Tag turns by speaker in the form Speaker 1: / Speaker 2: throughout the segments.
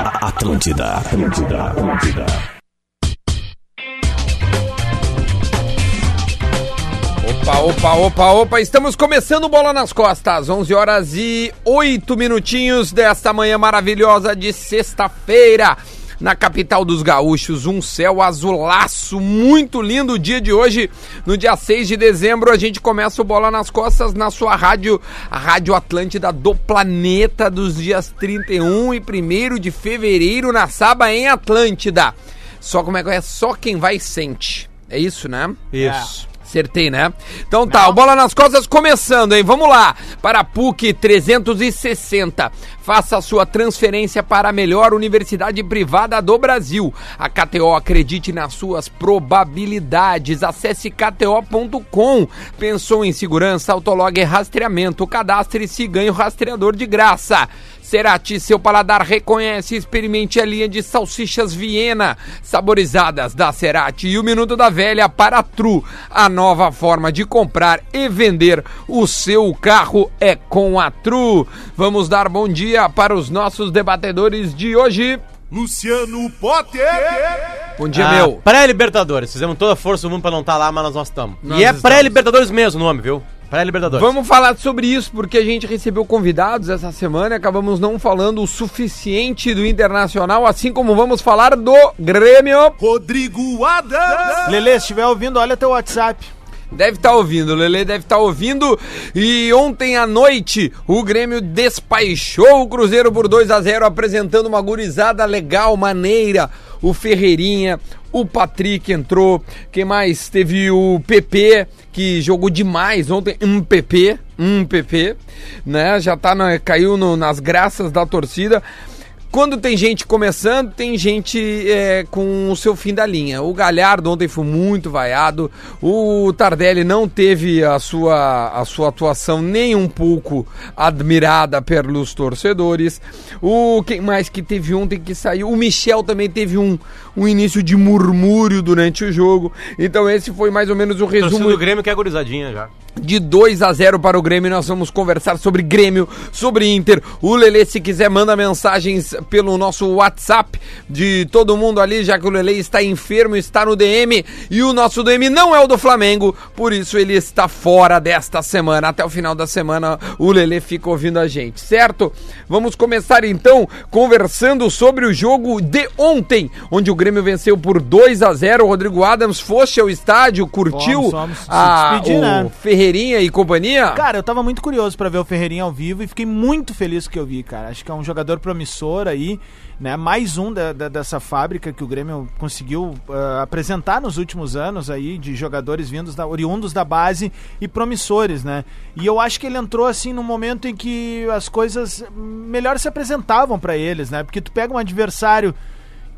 Speaker 1: Atlântida, Atlântida, Atlântida.
Speaker 2: Opa, opa, opa, opa, estamos começando Bola nas Costas, 11 horas e 8 minutinhos desta manhã maravilhosa de sexta-feira. Na capital dos gaúchos, um céu azulaço, muito lindo o dia de hoje. No dia 6 de dezembro, a gente começa o Bola nas Costas na sua rádio, a Rádio Atlântida do Planeta, dos dias 31 e 1 de fevereiro, na Saba, em Atlântida. Só como é que é? Só quem vai sente. É isso, né?
Speaker 3: Isso.
Speaker 2: Acertei, né? Então tá, o Bola nas Costas começando, hein? Vamos lá! Para a PUC 360, faça a sua transferência para a melhor universidade privada do Brasil. A KTO acredite nas suas probabilidades. Acesse kto.com. Pensou em segurança, autolog é rastreamento, cadastre-se ganha o rastreador de graça. Cerati, seu paladar reconhece e experimente a linha de salsichas Viena, saborizadas da Cerati e o Minuto da Velha para a Tru. A nova forma de comprar e vender o seu carro é com a Tru. Vamos dar bom dia para os nossos debatedores de hoje.
Speaker 4: Luciano Potter!
Speaker 2: Bom dia,
Speaker 3: Ah,
Speaker 2: meu.
Speaker 3: Pré-Libertadores. Fizemos toda a força do mundo pra não estar lá, mas nós estamos.
Speaker 2: Nós
Speaker 3: E é
Speaker 2: estamos.
Speaker 3: pré-Libertadores mesmo o nome, viu? Pré-Libertadores.
Speaker 2: Vamos falar sobre isso porque a gente recebeu convidados essa semana e acabamos não falando o suficiente do Internacional, assim como vamos falar do Grêmio.
Speaker 4: Rodrigo Adams!
Speaker 5: Lele, se estiver ouvindo, olha teu WhatsApp.
Speaker 2: Deve estar ouvindo, o Lele deve estar ouvindo. E ontem à noite, o Grêmio despachou o Cruzeiro por 2 a 0 apresentando uma gurizada legal, maneira. O Ferreirinha, o Patrick entrou. Quem mais? Teve o PP, que jogou demais ontem. Um PP, um PP, né? Já tá na- caiu no- nas graças da torcida. Quando tem gente começando, tem gente é, com o seu fim da linha. O Galhardo ontem foi muito vaiado. O Tardelli não teve a sua, a sua atuação nem um pouco admirada pelos torcedores. O quem mais que teve ontem que saiu? O Michel também teve um, um início de murmúrio durante o jogo. Então esse foi mais ou menos o
Speaker 3: Torcida
Speaker 2: resumo
Speaker 3: do Grêmio que é gurizadinha já.
Speaker 2: de 2 a 0 para o Grêmio. Nós vamos conversar sobre Grêmio, sobre Inter. O Lelê, se quiser, manda mensagens pelo nosso WhatsApp de todo mundo ali, já que o Lelê está enfermo, está no DM e o nosso DM não é o do Flamengo, por isso ele está fora desta semana. Até o final da semana o Lelê fica ouvindo a gente, certo? Vamos começar então conversando sobre o jogo de ontem, onde o Grêmio venceu por 2 a 0. O Rodrigo Adams fosse ao estádio, curtiu
Speaker 5: Vamos, vamos se
Speaker 2: a-
Speaker 5: despedir,
Speaker 2: o
Speaker 5: né?
Speaker 2: Ferreirinha e companhia.
Speaker 5: Cara, eu tava muito curioso pra ver o Ferreirinha ao vivo e fiquei muito feliz que eu vi, cara. Acho que é um jogador promissor aí, né? Mais um da- da- dessa fábrica que o Grêmio conseguiu ah, apresentar nos últimos anos aí, de jogadores vindos da, oriundos da base e promissores, né? E eu acho que ele entrou assim num momento em que as coisas melhor se apresentavam pra eles, né? Porque tu pega um adversário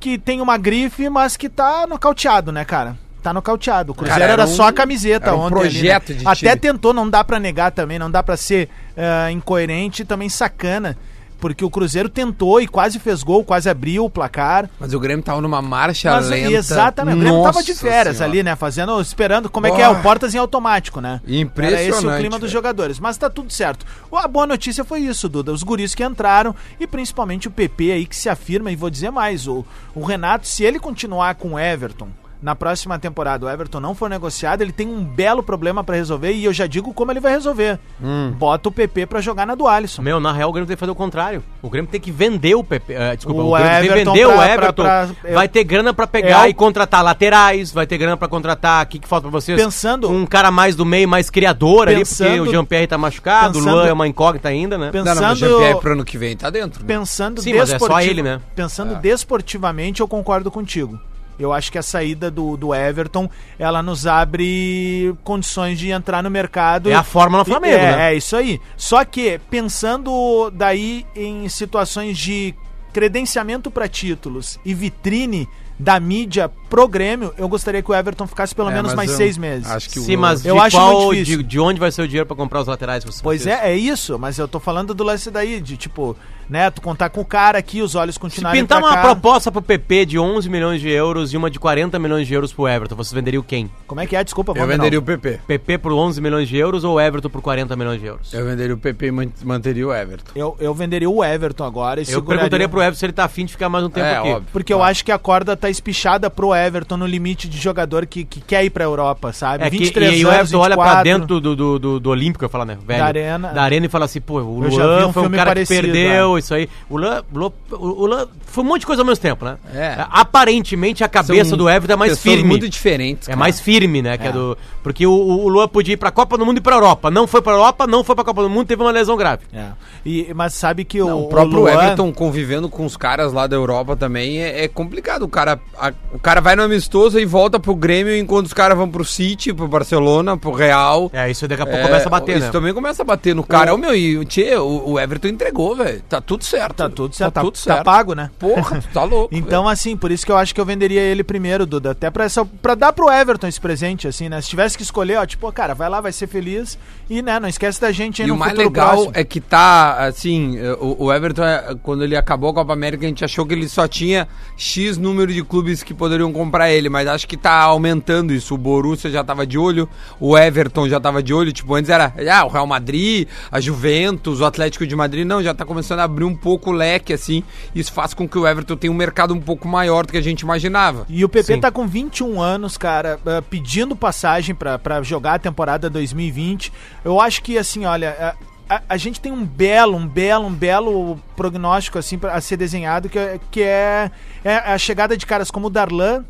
Speaker 5: que tem uma grife, mas que tá nocauteado, né, cara? Tá nocauteado. O Cruzeiro
Speaker 2: Cara,
Speaker 5: era,
Speaker 2: era um-
Speaker 5: só a camiseta
Speaker 2: era um
Speaker 5: ontem.
Speaker 2: projeto
Speaker 5: ali, né?
Speaker 2: de
Speaker 5: Até
Speaker 2: time.
Speaker 5: tentou, não dá pra negar também, não dá pra ser ah, incoerente e também sacana. Porque o Cruzeiro tentou e quase fez gol, quase abriu o placar.
Speaker 2: Mas o Grêmio tava numa marcha
Speaker 5: Mas,
Speaker 2: lenta.
Speaker 5: exatamente, o Grêmio tava de
Speaker 2: Nossa
Speaker 5: férias
Speaker 2: Senhora.
Speaker 5: ali, né? Fazendo, esperando como é que é, o
Speaker 2: Boa.
Speaker 5: Portas em automático, né?
Speaker 2: Impressionante,
Speaker 5: Era esse o clima
Speaker 2: velho.
Speaker 5: dos jogadores, mas tá tudo certo. A boa notícia foi isso, Duda, os guris que entraram e principalmente o PP aí que se afirma, e vou dizer mais, o, o Renato, se ele continuar com o Everton, na próxima temporada o Everton não for negociado, ele tem um belo problema pra resolver e eu já digo como ele vai resolver.
Speaker 2: Hum.
Speaker 5: Bota o PP pra jogar na do Alisson.
Speaker 3: Meu, na real, o Grêmio tem que fazer o contrário. O Grêmio tem que vender o PP. eh, desculpa,
Speaker 5: O
Speaker 3: o, Grêmio tem que
Speaker 5: Everton
Speaker 3: vender o
Speaker 5: pra- pra-
Speaker 3: Everton.
Speaker 5: pra- eu-
Speaker 3: vai ter grana pra pegar
Speaker 5: É o-
Speaker 3: e contratar laterais, vai ter grana pra contratar. O que, que falta pra vocês?
Speaker 5: Pensando-
Speaker 3: Um cara mais do meio, mais criador ali,
Speaker 5: Pensando-
Speaker 3: porque o Jean-Pierre tá machucado, o Luan
Speaker 5: Pensando-
Speaker 3: é uma incógnita ainda, né?
Speaker 5: Pensando-
Speaker 2: Não, não, mas o Jean-Pierre pro ano que vem tá dentro. né?
Speaker 5: Pensando,
Speaker 3: Sim, mas é só
Speaker 5: desportiva-
Speaker 3: ele, né?
Speaker 5: pensando
Speaker 2: É.
Speaker 5: desportivamente, eu concordo contigo. Eu acho que a saída do, do Everton, ela nos abre condições de entrar no mercado.
Speaker 3: É a fórmula Flamengo,
Speaker 5: é,
Speaker 3: né?
Speaker 5: É isso aí. Só que, pensando daí em situações de credenciamento para títulos e vitrine da mídia pro Grêmio, eu gostaria que o Everton ficasse pelo
Speaker 2: É,
Speaker 5: menos
Speaker 2: mas
Speaker 5: mais
Speaker 2: eu
Speaker 5: seis meses.
Speaker 2: Acho que
Speaker 3: Sim,
Speaker 2: o-
Speaker 3: mas
Speaker 5: Eu
Speaker 3: de,
Speaker 5: acho
Speaker 3: qual-
Speaker 5: muito difícil.
Speaker 3: de, de onde vai ser o dinheiro pra comprar os laterais? que você
Speaker 5: Pois
Speaker 3: precisa?
Speaker 5: é, é isso, mas eu tô falando do lance daí, de tipo, né, tu contar com o cara aqui, os olhos
Speaker 3: Se
Speaker 5: continuarem
Speaker 3: pintar
Speaker 5: pra
Speaker 3: uma
Speaker 5: cá.
Speaker 3: proposta pro PP de 11 milhões de euros e uma de 40 milhões de euros pro Everton, vocês venderiam quem?
Speaker 5: Como é que é? Desculpa,
Speaker 2: Eu
Speaker 5: Valdinaldo.
Speaker 2: venderia o PP.
Speaker 3: PP por 11 milhões de euros ou Everton por 40 milhões de euros? Eu,
Speaker 2: Eu venderia o PP e man- manteria o Everton.
Speaker 5: eu, eu venderia o Everton agora e seguraria-
Speaker 3: perguntaria pro Everton se ele tá afim de ficar mais um tempo
Speaker 2: É,
Speaker 3: aqui.
Speaker 2: óbvio.
Speaker 5: Porque eu acho que a corda tá espichada pro Everton no limite de jogador que, que quer ir pra Europa, sabe?
Speaker 3: É que, e o Everton olha pra
Speaker 5: 24.
Speaker 3: dentro do, do, do, do Olímpico, eu falo, né? Velho,
Speaker 5: Da arena.
Speaker 3: Da arena e fala assim, pô, o
Speaker 5: Eu já vi
Speaker 3: Luan
Speaker 5: um
Speaker 3: foi um
Speaker 5: filme
Speaker 3: cara
Speaker 5: parecido, é.
Speaker 3: que perdeu, isso aí. O Luan, Luan- o Luan foi um monte de coisa ao mesmo tempo, né?
Speaker 2: É.
Speaker 3: Aparentemente a cabeça
Speaker 2: São
Speaker 3: do Everton é mais
Speaker 2: pessoas
Speaker 3: firme.
Speaker 2: muito diferentes.
Speaker 3: É mais firme, né? Que é do, porque o, o Luan podia ir pra Copa do Mundo e pra Europa. Não foi pra Europa, não foi pra Copa do Mundo, teve uma lesão grave.
Speaker 5: É. E, mas sabe que
Speaker 2: Não,
Speaker 5: o,
Speaker 2: o próprio
Speaker 5: Luan-
Speaker 2: Everton convivendo com os caras lá da Europa também é, é complicado. O cara, a- o cara vai no amistoso e volta pro Grêmio enquanto os caras vão pro City, pro Barcelona, pro Real.
Speaker 3: É, isso daqui a pouco começa a bater,
Speaker 2: isso
Speaker 3: né?
Speaker 2: também começa a bater no cara. Ô, meu, e o tchê, o, o Everton entregou, velho. Tá tudo certo.
Speaker 5: Tá tudo certo, tá,
Speaker 2: tudo
Speaker 5: tá
Speaker 2: certo.
Speaker 5: pago, né?
Speaker 2: Porra, tu tá louco.
Speaker 5: Então, assim, por isso que eu acho que eu venderia ele primeiro, Duda. Até pra, essa, pra dar pro Everton esse presente, assim, né? Se tivesse que escolher, ó, tipo, ó, cara, vai lá, vai ser feliz. E, né, não esquece da gente
Speaker 2: E
Speaker 5: aí no
Speaker 2: o mais
Speaker 5: futuro
Speaker 2: legal
Speaker 5: próximo.
Speaker 2: é que tá, assim, eh, o, o Everton, eh, quando ele acabou a Copa América, a gente achou que ele só tinha X número de clubes que poderiam comprar ele, mas acho que tá aumentando isso. O Borussia já tava de olho, o Everton já tava de olho, tipo, antes era ah, o Real Madrid, a Juventus, o Atlético de Madrid, não, já tá começando a abrir um pouco o leque, assim, isso faz com que o Everton tenha um mercado um pouco maior do que a gente imaginava.
Speaker 5: E o PP
Speaker 3: Sim.
Speaker 5: tá com 21 anos, cara, eh, pedindo passagem pra- pra jogar a temporada 2020. Eu acho que, assim, olha, a, a- a gente tem um belo, um belo, um belo prognóstico, assim, pra- a ser desenhado, que, é- que é, é a chegada de caras como o Darlan,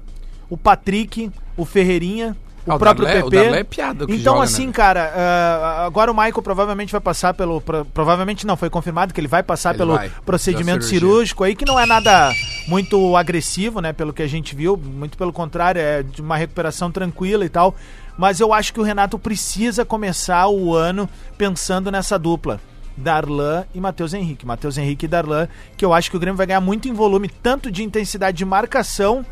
Speaker 5: o Patrick, o Ferreirinha, o
Speaker 2: Ah, o
Speaker 5: próprio
Speaker 2: Darlan é- o
Speaker 5: PP.
Speaker 2: Darlan é piada que
Speaker 5: então,
Speaker 2: joga,
Speaker 5: assim,
Speaker 2: né?
Speaker 5: cara, ah, agora o Michael provavelmente vai passar pelo... pro- provavelmente não, foi confirmado que ele vai passar
Speaker 2: Ele
Speaker 5: pelo
Speaker 2: vai,
Speaker 5: procedimento
Speaker 2: pela cirurgia.
Speaker 5: cirúrgico cirúrgico aí, que não é nada muito agressivo, né? Pelo que a gente viu, muito pelo contrário, é de uma recuperação tranquila e tal. Mas eu acho que o Renato precisa começar o ano pensando nessa dupla. Darlan e Matheus Henrique. Matheus Henrique e Darlan, que eu acho que o Grêmio vai ganhar muito em volume, tanto de intensidade de marcação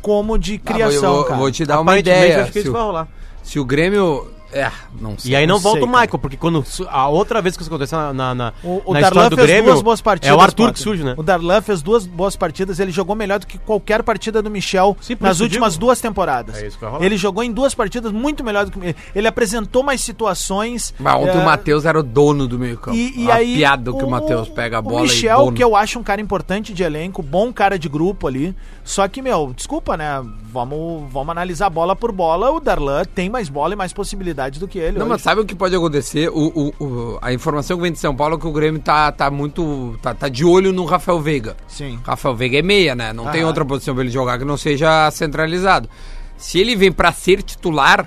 Speaker 5: como de
Speaker 2: Ah, vou-
Speaker 5: criação,
Speaker 2: eu vou,
Speaker 5: cara.
Speaker 2: vou te dar é uma
Speaker 3: Aparentemente,
Speaker 2: ideia.
Speaker 3: acho que
Speaker 2: Se
Speaker 3: isso vai
Speaker 2: o,
Speaker 3: rolar.
Speaker 2: se o Grêmio. É, não sei.
Speaker 3: E aí não,
Speaker 5: sei,
Speaker 3: volta o
Speaker 5: cara.
Speaker 3: Michael, porque quando su- a outra vez que isso aconteceu na, na, na,
Speaker 5: O, o
Speaker 3: na
Speaker 5: Darlan fez duas boas partidas.
Speaker 3: é o Arthur
Speaker 5: Potter.
Speaker 3: que surge, né?
Speaker 5: O Darlan fez duas boas partidas, ele jogou melhor do que qualquer partida do Michel
Speaker 3: Sim, por
Speaker 5: nas
Speaker 3: isso eu
Speaker 5: últimas
Speaker 3: digo.
Speaker 5: duas temporadas.
Speaker 3: É isso que vai rolar.
Speaker 5: ele jogou em duas partidas muito melhor do que. Ele apresentou mais situações.
Speaker 2: Mas ontem
Speaker 5: eh,
Speaker 2: o Matheus era o dono do meio campo.
Speaker 5: E, e
Speaker 2: Uma
Speaker 5: aí,
Speaker 2: piada que o, Matheus pega a bola
Speaker 5: O
Speaker 2: e
Speaker 5: Michel,
Speaker 2: dono.
Speaker 5: que eu acho um cara importante de elenco, bom cara de grupo ali. Só que, meu, desculpa, né? Vamos, vamos analisar bola por bola. O Darlan tem mais bola e mais possibilidades do que ele.
Speaker 2: Não,
Speaker 5: hoje.
Speaker 2: mas tá- sabe o que pode acontecer? O, o- o- a informação que vem de São Paulo é que o Grêmio tá, tá muito. Tá, tá de olho no Rafael Veiga.
Speaker 5: Sim.
Speaker 2: Rafael Veiga é meia, né? Não tem
Speaker 5: Aham.
Speaker 2: outra posição pra ele jogar que não seja centralizado. Se ele vem pra ser titular,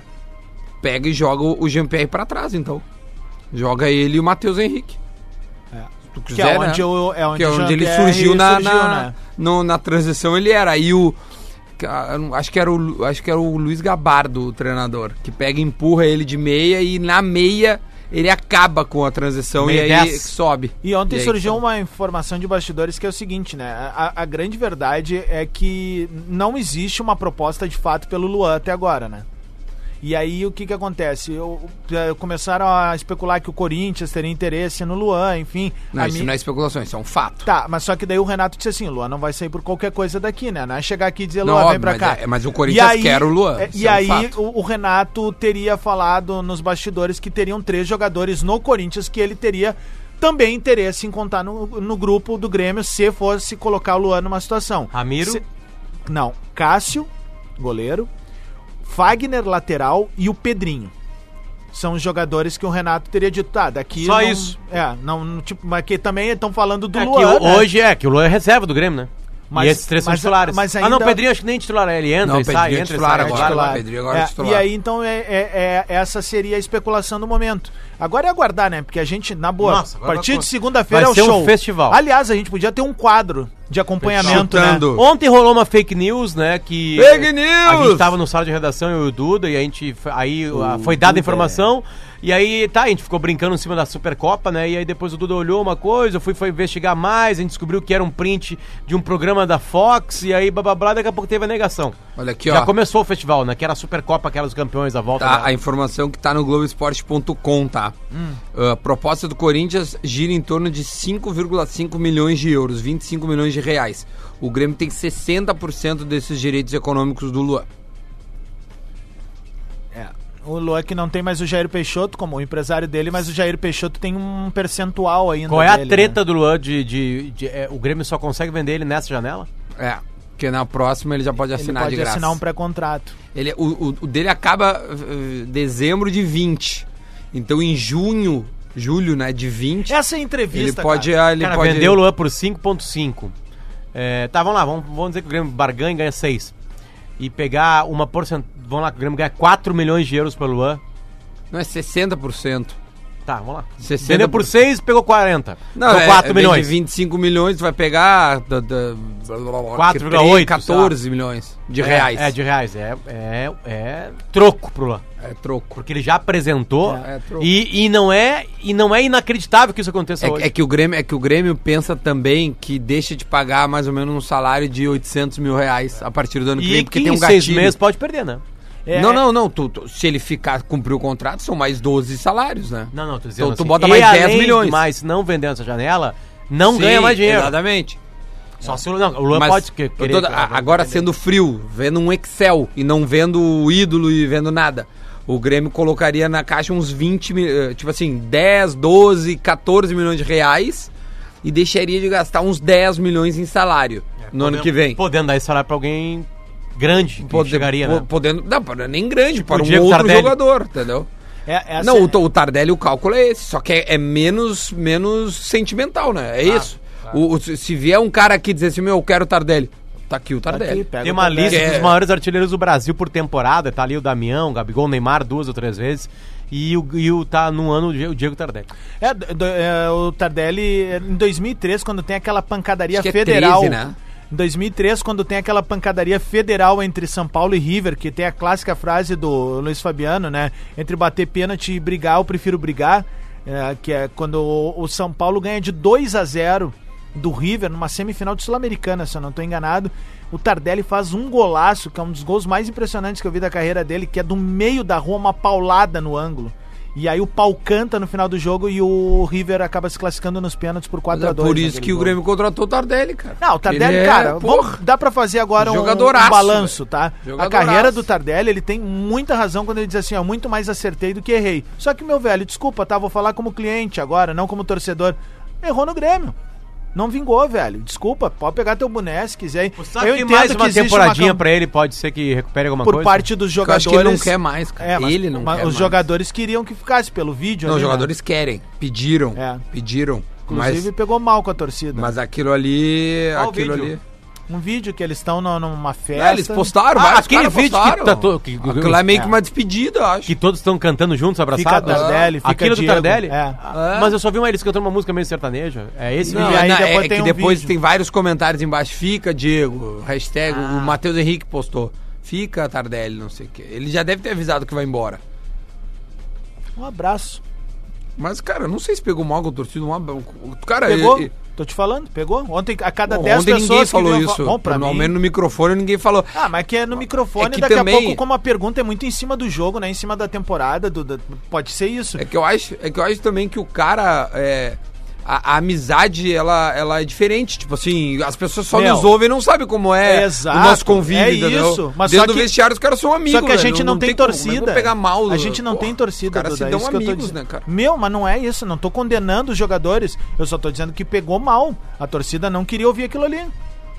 Speaker 2: pega e joga o o Jean-Pierre pra trás, então. Joga ele e o Matheus Henrique. Se tu
Speaker 5: Que é
Speaker 2: né?
Speaker 5: onde, eu, é onde,
Speaker 2: que é
Speaker 5: o
Speaker 2: onde ele
Speaker 5: Jean-Pierre
Speaker 2: surgiu na, na,
Speaker 5: né?
Speaker 2: no- na transição, ele era. E o. ca- eu não- Acho que, era o, Lu- acho que era o Luiz Gabardo, o treinador, que pega e empurra ele de meia e na meia ele acaba com a transição
Speaker 3: Meia
Speaker 2: e aí
Speaker 3: dez.
Speaker 2: sobe.
Speaker 5: E ontem
Speaker 2: aí então?
Speaker 5: surgiu
Speaker 2: sobe.
Speaker 5: uma informação de bastidores que é o seguinte, né? A, a grande verdade é que não existe uma proposta de fato pelo Luan até agora, né? E aí o que que acontece? Eu, eh, começaram a especular que o Corinthians teria interesse no Luan, enfim.
Speaker 2: Não,
Speaker 5: a
Speaker 2: isso
Speaker 5: mi-
Speaker 2: não é especulação, isso é um fato.
Speaker 5: Tá, mas só que daí o Renato disse assim, Luan não vai sair por qualquer coisa daqui, né? Não é chegar aqui e dizer,
Speaker 2: Não,
Speaker 5: Luan, vem
Speaker 2: óbvio,
Speaker 5: pra
Speaker 2: mas,
Speaker 5: cá.
Speaker 2: é- mas o Corinthians quer o Luan.
Speaker 5: é,
Speaker 2: isso
Speaker 5: E
Speaker 2: é um
Speaker 5: aí
Speaker 2: fato.
Speaker 5: o, o Renato teria falado nos bastidores que teriam três jogadores no Corinthians que ele teria também interesse em contar no, no grupo do Grêmio se fosse colocar o Luan numa situação.
Speaker 3: Ramiro.
Speaker 5: Se- não, Cássio, goleiro, Fagner, lateral e o Pedrinho. São os jogadores que o Renato teria dito, tá, daqui...
Speaker 3: Só
Speaker 5: não-
Speaker 3: isso.
Speaker 5: É, não, tipo, mas que também estão falando do
Speaker 2: Tá
Speaker 3: É que
Speaker 5: Luan,
Speaker 3: o-
Speaker 5: né?
Speaker 3: hoje é, que o Luan é reserva do Grêmio, né?
Speaker 5: Mas-
Speaker 3: e esses três são
Speaker 5: mas-
Speaker 3: titulares.
Speaker 5: mas
Speaker 3: Ah, não, o
Speaker 5: ainda-
Speaker 3: Pedrinho acho que nem titular é. Ele entra
Speaker 2: Não,
Speaker 3: e
Speaker 2: o
Speaker 3: sai,
Speaker 2: Pedrinho é
Speaker 3: entra e
Speaker 2: titular
Speaker 3: sai.
Speaker 2: agora.
Speaker 5: titular.
Speaker 2: o Pedrinho agora é titular.
Speaker 5: E aí, então, é, é- é- essa seria a especulação do momento. Agora é aguardar, né? Porque a gente, na boa,
Speaker 3: Nossa,
Speaker 5: a
Speaker 3: agora
Speaker 5: partir
Speaker 3: vai-
Speaker 5: de segunda-feira é
Speaker 3: vai
Speaker 5: o
Speaker 3: ser um
Speaker 5: show.
Speaker 3: festival.
Speaker 5: Aliás, a gente podia ter um quadro de acompanhamento, né?
Speaker 2: Chutando.
Speaker 3: Ontem rolou uma fake news, né? Que
Speaker 2: Fake
Speaker 3: A
Speaker 2: news! é.
Speaker 3: gente tava no sala de redação, eu e o Duda, e a gente. f- Aí a- foi dada a informação. E aí, tá, a gente ficou brincando em cima da Supercopa, né? E aí depois o Duda olhou uma coisa, eu fui, foi investigar mais, a gente descobriu que era um print de um programa da Fox, e aí blá blá blá, daqui a pouco teve a negação.
Speaker 2: Olha aqui,
Speaker 3: Já
Speaker 2: ó.
Speaker 3: começou o festival, né? Que era a Supercopa, aquela dos campeões, a volta.
Speaker 2: Tá,
Speaker 3: da-
Speaker 2: a informação que tá no Globoesporte.com, tá?
Speaker 5: Hum.
Speaker 2: Ah, a proposta do Corinthians gira em torno de 5,5 milhões de euros, 25 milhões de reais. O Grêmio tem 60% desses direitos econômicos do Luan.
Speaker 5: É. O Luan que não tem mais o Jair Peixoto como o empresário dele, mas o Jair Peixoto tem um percentual ainda.
Speaker 3: Qual é a
Speaker 5: dele,
Speaker 3: treta
Speaker 5: né?
Speaker 3: do Luan de. de- de- é, o Grêmio só consegue vender ele nessa janela?
Speaker 2: É, porque na próxima ele já pode
Speaker 5: Ele
Speaker 2: assinar de
Speaker 5: pode
Speaker 2: graça.
Speaker 5: assinar um pré-contrato.
Speaker 2: Ele, o, o- o dele acaba eh, dezembro de 20. Então em junho, julho, né, de 20,
Speaker 5: Essa é a entrevista,
Speaker 2: ele pode...
Speaker 5: cara.
Speaker 2: ah, Ele
Speaker 3: Cara,
Speaker 2: pode
Speaker 3: vendeu o Luan por 5,5. É, tá, vamos lá, vamos, vamos dizer que o Grêmio barganha e ganha 6. E pegar uma porcentagem. Vamos lá, que o Grêmio ganha 4 milhões de euros pelo Luan.
Speaker 2: Não, é 60%.
Speaker 3: Tá, vamos lá.
Speaker 2: 60%.
Speaker 3: Vendeu por 6, pegou 40.
Speaker 2: Não,
Speaker 3: São
Speaker 2: é,
Speaker 3: 4
Speaker 2: é, vem
Speaker 3: milhões.
Speaker 2: De 25 milhões, tu vai pegar. Da, da,
Speaker 3: 4,8,
Speaker 2: 14 milhões de
Speaker 3: É,
Speaker 2: reais.
Speaker 3: É, de reais. É, é, é troco pro Luan.
Speaker 2: É troco.
Speaker 3: Porque ele já apresentou.
Speaker 2: É, é troco.
Speaker 3: e, e, não é, e não é inacreditável que isso aconteça hoje.
Speaker 2: É, é que o Grêmio, é que o Grêmio pensa também que deixa de pagar mais ou menos um salário de 800 mil reais a partir do ano que
Speaker 3: e
Speaker 2: vem,
Speaker 3: que
Speaker 2: porque tem um
Speaker 3: em seis
Speaker 2: gatilho.
Speaker 3: meses pode perder, né?
Speaker 5: É,
Speaker 2: Não, não, não. tu- tu- se ele ficar cumprir o contrato, são mais 12 salários, né?
Speaker 3: Não, não, tô dizendo
Speaker 2: Então tu
Speaker 3: assim,
Speaker 2: bota
Speaker 3: e
Speaker 2: mais
Speaker 3: além
Speaker 2: 10
Speaker 3: do
Speaker 2: milhões.
Speaker 3: mais, se não vendendo essa janela, não
Speaker 2: Sim,
Speaker 3: ganha mais dinheiro.
Speaker 2: Exatamente.
Speaker 3: Só se o não, o Luan
Speaker 2: Mas
Speaker 3: pode que-
Speaker 2: eu
Speaker 3: querer. né?
Speaker 2: tô- a- agora sendo frio, vendo um Excel e não vendo o ídolo e vendo nada. O Grêmio colocaria na caixa uns 20, mi- eh, tipo assim, 10, 12, 14 milhões de reais e deixaria de gastar uns 10 milhões em salário no ano que vem.
Speaker 3: É, Podendo dar esse salário pra alguém grande que
Speaker 2: Pode-
Speaker 3: chegaria,
Speaker 2: po-
Speaker 3: né? Tipo
Speaker 2: Podendo, não, para nem grande, para
Speaker 3: o
Speaker 2: um
Speaker 3: Diego
Speaker 2: outro
Speaker 3: Tardelli.
Speaker 2: jogador, entendeu?
Speaker 5: é- essa
Speaker 2: não,
Speaker 5: é-
Speaker 2: o, o Tardelli, o cálculo é esse, só que é, é menos, menos sentimental, né? É isso. O- o- se se vier um cara aqui dizer assim, meu, eu quero o Tardelli, tá aqui o
Speaker 5: Tá aqui,
Speaker 2: Tardelli.
Speaker 5: pega
Speaker 3: Tem
Speaker 5: o
Speaker 3: uma
Speaker 5: Tardelli.
Speaker 3: lista
Speaker 2: É.
Speaker 3: dos maiores artilheiros do Brasil por temporada. Tá ali o Damião, o Gabigol, o Neymar duas ou três vezes. E o, e o tá no ano o Die- o Diego Tardelli.
Speaker 5: É, do- do- é, o Tardelli, é, em 2003, quando tem aquela pancadaria
Speaker 2: Acho que é
Speaker 5: federal.
Speaker 2: 13, né?
Speaker 5: Em 2003, quando tem aquela pancadaria federal entre São Paulo e River, que tem a clássica frase do Luiz Fabiano, né? Entre bater pênalti e brigar, eu prefiro brigar. é, que é quando o, o São Paulo ganha de 2 a 0 do River numa semifinal de Sul-Americana, se eu não tô enganado. O Tardelli faz um golaço, que é um dos gols mais impressionantes que eu vi da carreira dele, que é do meio da rua, uma paulada no ângulo. E aí o pau canta no final do jogo e o River acaba se classificando nos pênaltis por
Speaker 2: Mas
Speaker 5: 4
Speaker 2: é
Speaker 5: a né? 2
Speaker 2: por isso que o Grêmio
Speaker 5: Grêmio
Speaker 2: contratou o Tardelli, cara.
Speaker 5: não, o Tardelli,
Speaker 2: Ele é,
Speaker 5: cara,
Speaker 2: porra.
Speaker 5: vamos- dá pra fazer agora um,
Speaker 2: Jogadoraço,
Speaker 5: um balanço,
Speaker 2: velho.
Speaker 5: tá? A
Speaker 2: Jogadoraço.
Speaker 5: carreira do Tardelli, ele tem muita razão quando ele diz assim, ó, muito mais acertei do que errei. Só que, meu velho, desculpa, tá? Vou falar como cliente agora, não como torcedor. Errou no Grêmio. Não vingou, velho. Desculpa, pode pegar teu boné se quiser.
Speaker 3: Sabe que mais uma
Speaker 5: existe
Speaker 3: temporadinha
Speaker 5: cam-
Speaker 3: pra ele pode ser que recupere alguma
Speaker 5: por
Speaker 3: coisa?
Speaker 5: parte dos
Speaker 2: Eu
Speaker 5: jogadores.
Speaker 2: acho que ele não quer mais, cara.
Speaker 5: É, mas,
Speaker 2: ele não
Speaker 5: mas
Speaker 2: quer
Speaker 5: os
Speaker 2: mais.
Speaker 5: jogadores queriam que ficasse pelo vídeo.
Speaker 2: Não, os
Speaker 5: ali, né?
Speaker 2: jogadores querem. Pediram.
Speaker 5: É.
Speaker 2: Pediram.
Speaker 5: Inclusive, pegou mal com a torcida.
Speaker 2: Mas, mas aquilo ali.
Speaker 3: Qual o
Speaker 2: aquilo
Speaker 3: vídeo?
Speaker 2: ali.
Speaker 5: Um vídeo que eles estão no- numa festa.
Speaker 2: É, eles postaram,
Speaker 3: Ah,
Speaker 2: vários
Speaker 3: aquele
Speaker 2: caras
Speaker 3: vídeo que
Speaker 2: postaram.
Speaker 3: tatu- que-
Speaker 2: Aquilo lá é meio
Speaker 5: tá É.
Speaker 2: que uma despedida, eu acho.
Speaker 3: Que todos estão cantando juntos,
Speaker 5: Fica
Speaker 3: abraçados?
Speaker 5: Tardelli, fica
Speaker 3: Aquilo do
Speaker 5: Diego.
Speaker 3: Tardelli?
Speaker 5: É.
Speaker 3: Ah, Mas eu só vi uma, eles cantando uma música meio sertaneja. É esse
Speaker 2: Não,
Speaker 5: E
Speaker 3: vídeo.
Speaker 5: aí
Speaker 2: é, na-
Speaker 5: depois
Speaker 2: é
Speaker 5: tem
Speaker 2: que
Speaker 5: um
Speaker 2: depois
Speaker 5: vídeo.
Speaker 2: tem vários comentários embaixo. Fica, Diego. Hashtag.
Speaker 5: Ah.
Speaker 2: O Matheus Henrique postou. Fica, Tardelli, não sei o quê. Ele já deve ter avisado que vai embora.
Speaker 5: Um abraço.
Speaker 2: Mas, cara, eu não sei se pegou mal com o torcido. Um abra- Cara,
Speaker 5: Pegou?
Speaker 2: e- e-
Speaker 5: Tô te falando, pegou? Ontem, a cada
Speaker 2: Bom,
Speaker 5: 10
Speaker 2: ontem
Speaker 5: pessoas.
Speaker 2: ninguém
Speaker 5: que
Speaker 2: falou
Speaker 5: vinham fa-
Speaker 2: isso.
Speaker 5: Bom, pra
Speaker 2: Ao
Speaker 5: mim.
Speaker 2: menos no microfone ninguém falou.
Speaker 5: Ah, mas que é no microfone,
Speaker 2: É que
Speaker 5: daqui a
Speaker 2: também-
Speaker 5: pouco, como a pergunta é muito em cima do jogo, né? Em cima da temporada, do, da- pode ser isso.
Speaker 2: É que eu acho, é que eu acho também que o cara é, a, a amizade ela, ela é diferente, tipo assim, as pessoas só
Speaker 5: Meu,
Speaker 2: nos ouvem e não sabem como é,
Speaker 5: é exato,
Speaker 2: o nosso convívio,
Speaker 5: é
Speaker 2: entendeu?
Speaker 5: isso, mas
Speaker 2: Dentro
Speaker 5: só
Speaker 2: do
Speaker 5: que-
Speaker 2: vestiário os caras são amigos,
Speaker 5: Só que a
Speaker 2: velho,
Speaker 5: gente não, tem,
Speaker 2: como-
Speaker 5: torcida.
Speaker 2: como pegar mal.
Speaker 5: a gente não
Speaker 2: Porra,
Speaker 5: tem torcida,
Speaker 2: Os caras
Speaker 5: Duda,
Speaker 2: se
Speaker 5: é
Speaker 2: dão
Speaker 5: isso que eu tô
Speaker 2: amigos,
Speaker 5: dizendo.
Speaker 2: né, cara?
Speaker 5: Meu, mas não é isso. Não tô condenando os jogadores. Eu só tô dizendo que pegou mal. A torcida não queria ouvir aquilo ali.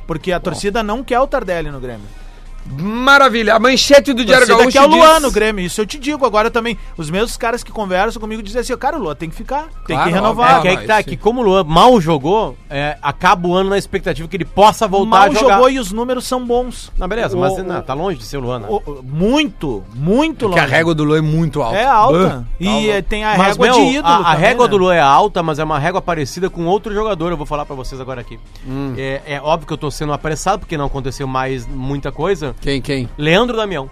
Speaker 5: Porque a torcida não quer o Tardelli no Grêmio.
Speaker 2: Maravilha. A manchete do Diário
Speaker 5: Torcida
Speaker 2: Gaúcho
Speaker 5: que é o Luan
Speaker 2: diz-
Speaker 5: no Grêmio. Isso eu te digo agora também. Os mesmos caras que conversam comigo dizem assim, cara, o Luan tem que ficar, tem
Speaker 2: Claro,
Speaker 5: que
Speaker 3: É
Speaker 5: renovar.
Speaker 3: que aí
Speaker 2: Ah,
Speaker 3: que tá,
Speaker 2: sim.
Speaker 3: que como o Luan mal jogou, é, acaba o ano na expectativa que ele possa voltar
Speaker 5: Mal
Speaker 3: a jogar.
Speaker 5: jogou e os números são bons.
Speaker 3: Não, beleza, mas
Speaker 5: O-
Speaker 3: não, tá longe de ser o Luan, né?
Speaker 5: O- o- muito, muito
Speaker 2: que a régua do Luan é muito alta.
Speaker 5: é alta.
Speaker 2: Bah,
Speaker 5: e
Speaker 2: tá alta.
Speaker 5: eh, tem a
Speaker 3: Mas,
Speaker 5: régua
Speaker 3: meu,
Speaker 5: de ídolo.
Speaker 3: a, a
Speaker 5: também,
Speaker 3: régua
Speaker 5: né?
Speaker 3: do Luan é alta, mas é uma régua parecida com outro jogador, eu vou falar pra vocês agora aqui.
Speaker 5: Hum.
Speaker 3: É, é óbvio que eu tô sendo apressado, porque não aconteceu mais muita coisa.
Speaker 2: Quem, quem?
Speaker 3: Leandro Damião.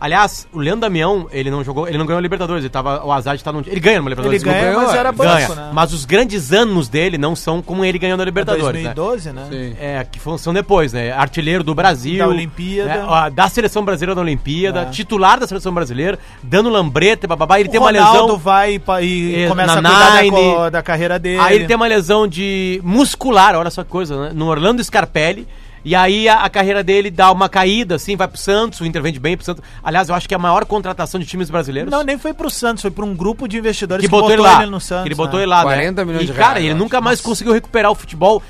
Speaker 3: Aliás, o Leandro Damião, ele não jogou, ele não ganhou a Libertadores, ele tava, o Azar tá num, ele ganha numa
Speaker 5: Ele
Speaker 3: Libertadores,
Speaker 5: ganha,
Speaker 3: desculpa.
Speaker 5: mas
Speaker 2: ganhou,
Speaker 5: era banco,
Speaker 3: ganha,
Speaker 5: né? É
Speaker 3: mas os grandes anos dele não são como ele ganhou na Libertadores, né?
Speaker 5: 2012, né?
Speaker 2: Sim.
Speaker 3: É, que fun- são depois, né? Artilheiro do Brasil.
Speaker 5: Da Olimpíada.
Speaker 3: né? Ó, da seleção brasileira da Olimpíada.
Speaker 5: É.
Speaker 3: Titular da seleção brasileira. Dando lambreta, e bababá. Ele
Speaker 5: O
Speaker 3: tem uma
Speaker 5: Ronaldo
Speaker 3: lesão.
Speaker 5: vai e pa- e
Speaker 3: É,
Speaker 5: começa
Speaker 3: na
Speaker 5: a cuidar da
Speaker 3: Nine.
Speaker 5: co- da, carreira dele.
Speaker 3: Aí ele tem uma lesão de muscular, olha só que coisa, né? No Orlando Scarpelli. E aí a, a carreira dele dá uma caída, assim, vai pro Santos, o Inter vende bem pro Santos. Aliás, eu acho que é a maior contratação de times brasileiros.
Speaker 5: Não, nem foi pro Santos, foi pra um grupo de investidores
Speaker 3: que botou, ele lá.
Speaker 5: no Santos.
Speaker 3: que ele botou
Speaker 5: né?
Speaker 3: ele lá, né?
Speaker 2: 40 milhões
Speaker 3: e,
Speaker 2: de
Speaker 3: cara,
Speaker 2: reais,
Speaker 3: ele
Speaker 2: eu
Speaker 3: nunca mais conseguiu recuperar o futebol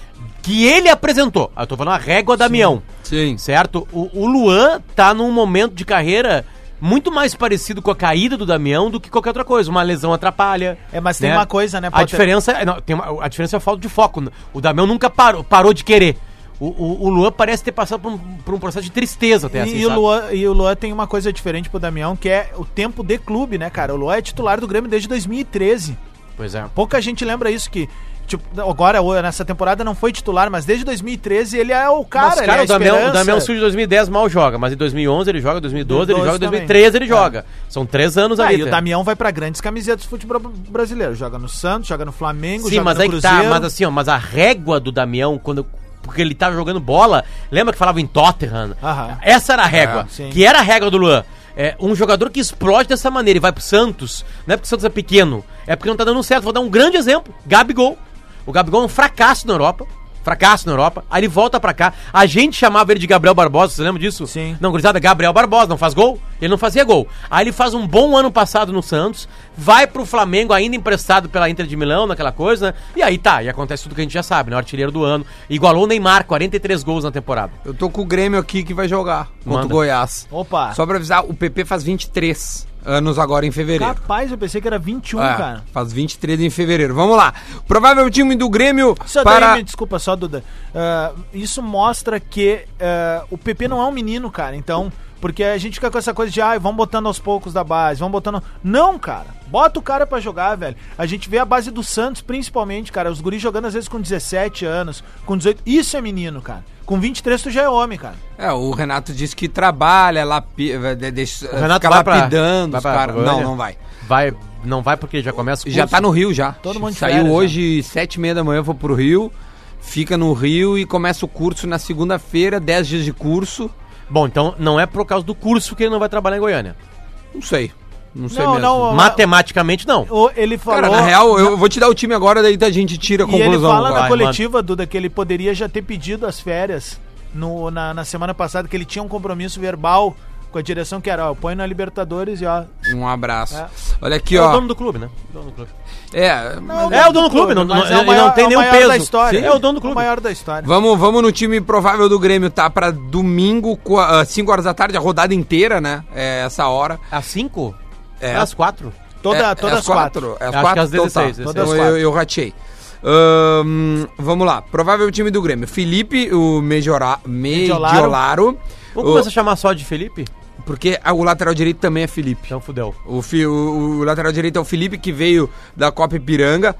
Speaker 3: que ele apresentou. Eu tô falando a régua da Damião.
Speaker 2: Sim.
Speaker 3: Certo? O, o Luan tá num momento de carreira muito mais parecido com a caída do Damião do que qualquer outra coisa. Uma lesão atrapalha.
Speaker 5: É, mas tem uma coisa, né,
Speaker 3: A
Speaker 5: Potter?
Speaker 3: diferença, é- não, tem uma- a diferença é a falta de foco. O Damião nunca parou, parou de querer. O, o, o Luan parece ter passado por um, por um processo de tristeza até assim,
Speaker 5: E, e o
Speaker 3: sabe?
Speaker 5: Luan, e o Luan tem uma coisa diferente pro Damião, que é o tempo de clube, né, cara? O Luan é titular do Grêmio desde 2013.
Speaker 3: Pois é.
Speaker 5: Pouca gente lembra isso, que tipo, agora, o- nessa temporada, não foi titular, mas desde 2013 ele é o cara,
Speaker 3: Mas, cara,
Speaker 5: ele é a
Speaker 3: o Damião, o
Speaker 5: esperança.
Speaker 3: Damião surge em 2010, mal joga. Mas em 2011 ele joga, 2012 ele
Speaker 5: 2012
Speaker 3: joga,
Speaker 5: também.
Speaker 3: 2013 ele
Speaker 5: É.
Speaker 3: joga. São três anos
Speaker 5: Ah,
Speaker 3: ali.
Speaker 5: e o
Speaker 3: né?
Speaker 5: Damião vai pra grandes camisetas do futebol brasileiro. Joga no Santos, joga no Flamengo,
Speaker 3: Sim,
Speaker 5: joga
Speaker 3: mas
Speaker 5: no
Speaker 3: aí que tá.
Speaker 5: Cruzeiro.
Speaker 3: Mas assim, ó, mas a régua do Damião, quando. Porque ele tava jogando bola. Lembra que falava em Tottenham?
Speaker 5: Aham.
Speaker 3: Essa era a régua.
Speaker 5: É, sim.
Speaker 3: que era a régua do Luan. É, um jogador que explode dessa maneira e vai pro Santos, não é porque o Santos é pequeno, é porque não tá dando certo. Vou dar um grande exemplo: Gabigol. O Gabigol é um fracasso na Europa. Fracasso na Europa, aí ele volta pra cá. A gente chamava ele de Gabriel Barbosa, você lembra disso?
Speaker 5: Sim.
Speaker 3: Não, gurizada, Gabriel Barbosa não faz gol? Ele não fazia gol. Aí ele faz um bom ano passado no Santos, vai pro Flamengo ainda emprestado pela Inter de Milão, naquela coisa, né? E aí tá, e acontece tudo que a gente já sabe, né? O artilheiro do ano. Igualou o Neymar, 43 gols na temporada.
Speaker 2: Eu tô com o Grêmio aqui que vai jogar contra o
Speaker 3: Manda.
Speaker 2: Goiás.
Speaker 5: Opa.
Speaker 2: Só pra avisar, o PP faz 23 anos agora em fevereiro.
Speaker 5: Rapaz, eu pensei que era 21,
Speaker 2: É,
Speaker 5: cara.
Speaker 2: Faz 23 em fevereiro. Vamos lá. Provável time do Grêmio
Speaker 5: Isso
Speaker 2: para.
Speaker 5: daí, me desculpa só, Duda. Ah, isso mostra que ah, o PP não é um menino, cara. Então, porque a gente fica com essa coisa de, ai, vamos botando aos poucos da base, vamos botando. Não, cara. Bota o cara pra jogar, velho. A gente vê a base do Santos, principalmente, cara. Os guris jogando às vezes com 17 anos, com 18. Isso é menino, cara. Com 23 tu já é homem, cara.
Speaker 2: É, o Renato disse que trabalha, lapi... eh, vai de- deixa,
Speaker 3: O Renato
Speaker 2: fica
Speaker 3: vai pra-
Speaker 2: lapidando
Speaker 3: vai
Speaker 2: os
Speaker 3: pra
Speaker 2: caras.
Speaker 3: Goiânia?
Speaker 2: Não, não vai.
Speaker 3: Vai, não vai porque já começa o curso.
Speaker 2: Já tá no Rio já.
Speaker 5: Todo mundo de
Speaker 2: Saiu
Speaker 5: férias,
Speaker 2: hoje, sete e meia da manhã, eu vou pro Rio. Fica no Rio e começa o curso na segunda-feira, 10 dias de curso.
Speaker 3: Bom, então não é por causa do curso que ele não vai trabalhar em Goiânia.
Speaker 2: Não sei. Não sei
Speaker 5: Não,
Speaker 2: mesmo.
Speaker 5: não, Pô,
Speaker 3: Matematicamente não.
Speaker 5: O- Ele falou.
Speaker 2: Cara, na real, eu vou te dar o time agora, daí a gente tira a
Speaker 5: E ele
Speaker 2: conclusão.
Speaker 5: fala
Speaker 2: Vai,
Speaker 5: na
Speaker 2: mano.
Speaker 5: coletiva, Duda, que ele poderia já ter pedido as férias no- na, na semana passada, que ele tinha um compromisso verbal com a direção que era, ó, põe na Libertadores e ó.
Speaker 2: Um abraço.
Speaker 5: É.
Speaker 2: Olha aqui,
Speaker 3: é o
Speaker 2: ó.
Speaker 3: dono do clube, né? Dono do clube.
Speaker 2: É,
Speaker 3: É o dono do clube, não,
Speaker 5: mas
Speaker 3: não- ele não tem
Speaker 5: é o
Speaker 3: nenhum
Speaker 5: maior
Speaker 3: peso.
Speaker 5: Da história.
Speaker 3: Sim, é o dono do clube.
Speaker 5: O maior da história.
Speaker 2: vamos, vamos no time provável do Grêmio, tá? Pra domingo, 5 horas da tarde, a rodada inteira, né? É essa hora.
Speaker 3: Às 5?
Speaker 2: É.
Speaker 3: Às 4?
Speaker 5: Toda,
Speaker 2: É- é às
Speaker 5: todas as quatro.
Speaker 2: É às
Speaker 3: Acho
Speaker 2: quatro,
Speaker 3: que às
Speaker 2: então
Speaker 3: 16,
Speaker 2: tá.
Speaker 3: 16.
Speaker 2: Então eu, eu ratei. Ahn, vamos lá, provável time do Grêmio. Felipe, o Mejora,
Speaker 5: Mediolaro.
Speaker 2: Mediolaro.
Speaker 3: É. Vamos começar a chamar só de Felipe?
Speaker 2: o- porque a- o lateral direito também é Felipe.
Speaker 3: Então fudeu.
Speaker 2: O, fi- o- o lateral direito é o Felipe, que veio da Copa Ipiranga.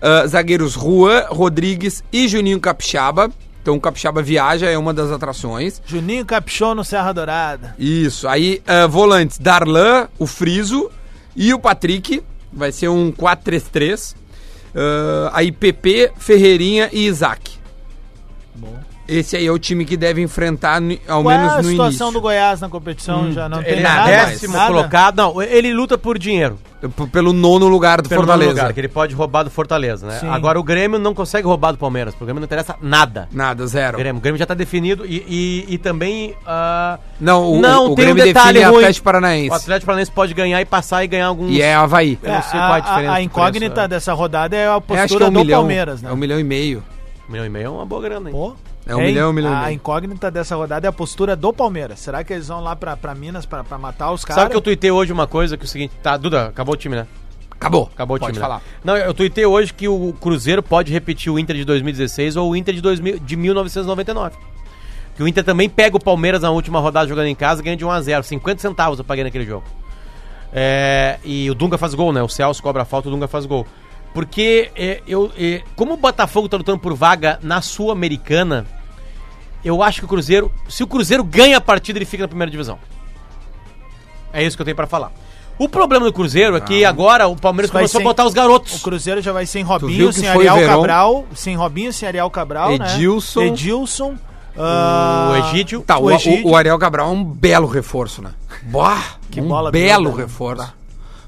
Speaker 2: Ah, zagueiros Juan, Rodrigues e Juninho Capixaba. Então o Capixaba viaja, é uma das atrações.
Speaker 5: Juninho Capixão no Serra Dourada.
Speaker 2: Isso, aí ah, volantes Darlan, o Friso e o Patrick. Vai ser um 4-3-3. Ah, aí PP, Ferreirinha e Isaac. Esse aí é o time que deve enfrentar, ni- ao
Speaker 5: Qual
Speaker 2: menos
Speaker 5: é a
Speaker 2: no
Speaker 5: situação
Speaker 2: início.
Speaker 5: do Goiás na competição? já não
Speaker 3: Ele
Speaker 5: tem
Speaker 3: é
Speaker 5: nada.
Speaker 3: décimo
Speaker 5: nada?
Speaker 3: colocado. Não, ele luta por dinheiro.
Speaker 2: P- Pelo nono lugar do
Speaker 3: Pelo
Speaker 2: Fortaleza.
Speaker 3: lugar, que ele pode roubar do Fortaleza, né?
Speaker 5: Sim.
Speaker 3: Agora o Grêmio não consegue roubar do Palmeiras. O Grêmio não interessa nada.
Speaker 2: Nada, zero.
Speaker 3: Grêmio. O Grêmio já tá definido e, e, e também. ah,
Speaker 2: Não, o, o
Speaker 3: Não, tem um
Speaker 2: Grêmio
Speaker 3: detalhe
Speaker 2: define
Speaker 3: ruim.
Speaker 2: Atlético Paranaense.
Speaker 3: o Atlético Paranaense pode ganhar e passar e ganhar alguns.
Speaker 2: E é Havaí.
Speaker 5: É,
Speaker 3: Eu não sei qual a
Speaker 5: a,
Speaker 3: diferença
Speaker 5: a
Speaker 3: de
Speaker 5: incógnita
Speaker 3: preço, né?
Speaker 5: dessa rodada é a
Speaker 2: É,
Speaker 5: postura
Speaker 2: acho que é um
Speaker 5: do
Speaker 2: milhão.
Speaker 5: Palmeiras, né?
Speaker 2: É um milhão e meio.
Speaker 3: Um milhão e meio é uma boa grana, hein?
Speaker 5: Pô,
Speaker 2: É um
Speaker 5: hein?
Speaker 2: milhão, um milhão e
Speaker 5: A
Speaker 2: meio.
Speaker 5: incógnita dessa rodada é a postura do Palmeiras. Será que eles vão lá pra, pra Minas pra, pra matar os caras?
Speaker 3: Sabe que eu tuitei hoje uma coisa que é o seguinte. Tá, Duda, acabou o time, né?
Speaker 2: Acabou.
Speaker 3: Acabou o
Speaker 2: Pode
Speaker 3: time.
Speaker 2: falar.
Speaker 3: Né? Não, eu tuitei hoje que o Cruzeiro pode repetir o Inter de 2016 ou o Inter de, 2000, de 1999. Que o Inter também pega o Palmeiras na última rodada jogando em casa e ganha de 1x0. 50 centavos eu paguei naquele jogo. É, e o Dunga faz gol, né? O Celso cobra a falta, o Dunga faz gol. Porque é, eu, é, como o Botafogo tá lutando por vaga na Sul-Americana, eu acho que o Cruzeiro. Se o Cruzeiro ganha a partida, ele fica na primeira divisão. É isso que eu tenho pra falar. O problema do Cruzeiro é que agora o Palmeiras
Speaker 5: Ah. Vai
Speaker 3: começou
Speaker 5: sem-
Speaker 3: a botar os garotos.
Speaker 5: O Cruzeiro já vai sem
Speaker 2: viu
Speaker 5: Robinho,
Speaker 2: que
Speaker 5: sem
Speaker 2: foi
Speaker 5: Ariel
Speaker 2: Verón?
Speaker 5: Cabral, sem Robinho, sem Ariel Cabral,
Speaker 2: Edilson.
Speaker 5: né? Edilson. ah,
Speaker 3: O Egídio.
Speaker 2: Tá, o,
Speaker 5: O Egídio.
Speaker 2: o- o Ariel Cabral é um belo reforço, né? Bah,
Speaker 5: Que
Speaker 2: um
Speaker 5: bola
Speaker 2: belo
Speaker 5: miúda, né?
Speaker 2: reforço.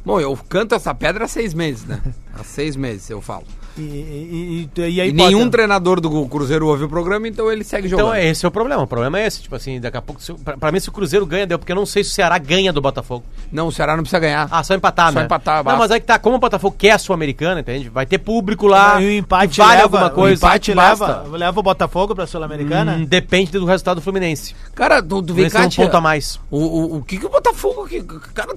Speaker 2: Bom, eu canto essa pedra há seis meses, né? Há seis meses eu falo.
Speaker 5: E, e- e- e aí
Speaker 2: E nenhum
Speaker 5: bota-
Speaker 2: treinador do Cruzeiro ouve o programa, então ele segue jogando.
Speaker 3: né? Então é esse é o problema. O problema é esse. Tipo assim, daqui a pouco. se- Pra, pra mim, se o Cruzeiro ganha, deu, porque eu não sei se o Ceará ganha do Botafogo.
Speaker 2: Não, o Ceará não precisa ganhar.
Speaker 3: Ah, só empatar,
Speaker 2: Só
Speaker 3: né?
Speaker 2: empatar,
Speaker 3: Não,
Speaker 2: basta.
Speaker 3: mas aí que tá, como o Botafogo quer a Sul-Americana, entende? Vai ter público lá.
Speaker 5: e o empate
Speaker 3: vale
Speaker 5: leva,
Speaker 3: alguma coisa.
Speaker 5: O empate
Speaker 3: basta.
Speaker 5: leva, leva o Botafogo pra Sul-Americana?
Speaker 3: Hum, depende do resultado do Fluminense.
Speaker 2: Cara, do, do
Speaker 3: Fluminense tem um
Speaker 2: Vicati,
Speaker 3: ponto a mais.
Speaker 2: O, o, o que que o Botafogo... Que, cara,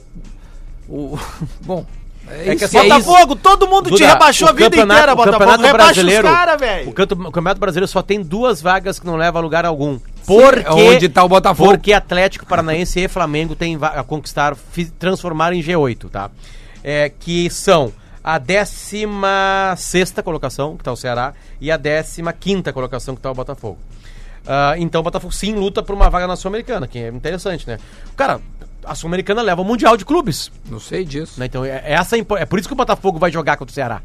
Speaker 2: o, bom...
Speaker 3: É que
Speaker 2: isso,
Speaker 3: é só
Speaker 2: isso.
Speaker 5: Botafogo, todo mundo te
Speaker 3: Duda,
Speaker 5: rebaixou a
Speaker 3: o
Speaker 5: vida
Speaker 3: campeonato-
Speaker 5: inteira,
Speaker 3: o
Speaker 5: Botafogo.
Speaker 3: Campeonato
Speaker 5: Rebaixa os
Speaker 3: brasileiro,
Speaker 5: caras,
Speaker 3: O,
Speaker 5: velho.
Speaker 3: canto- o Campeonato Brasileiro só tem duas vagas que não leva a lugar algum.
Speaker 5: é
Speaker 3: Porque,
Speaker 2: onde tá o Botafogo.
Speaker 3: Porque Atlético Paranaense e Flamengo têm va- a conquistar, fi- transformar em G8, tá? É, que são a 16 colocação, que tá o Ceará, e a 15 colocação, que tá o Botafogo. Ah, então o Botafogo sim luta por uma vaga na Sul-Americana, que é interessante, né? Cara, a Sul-Americana leva o Mundial de Clubes.
Speaker 2: Não sei disso.
Speaker 3: Né? Então, é, é essa, a impo- é por isso que o Botafogo vai jogar contra o Ceará.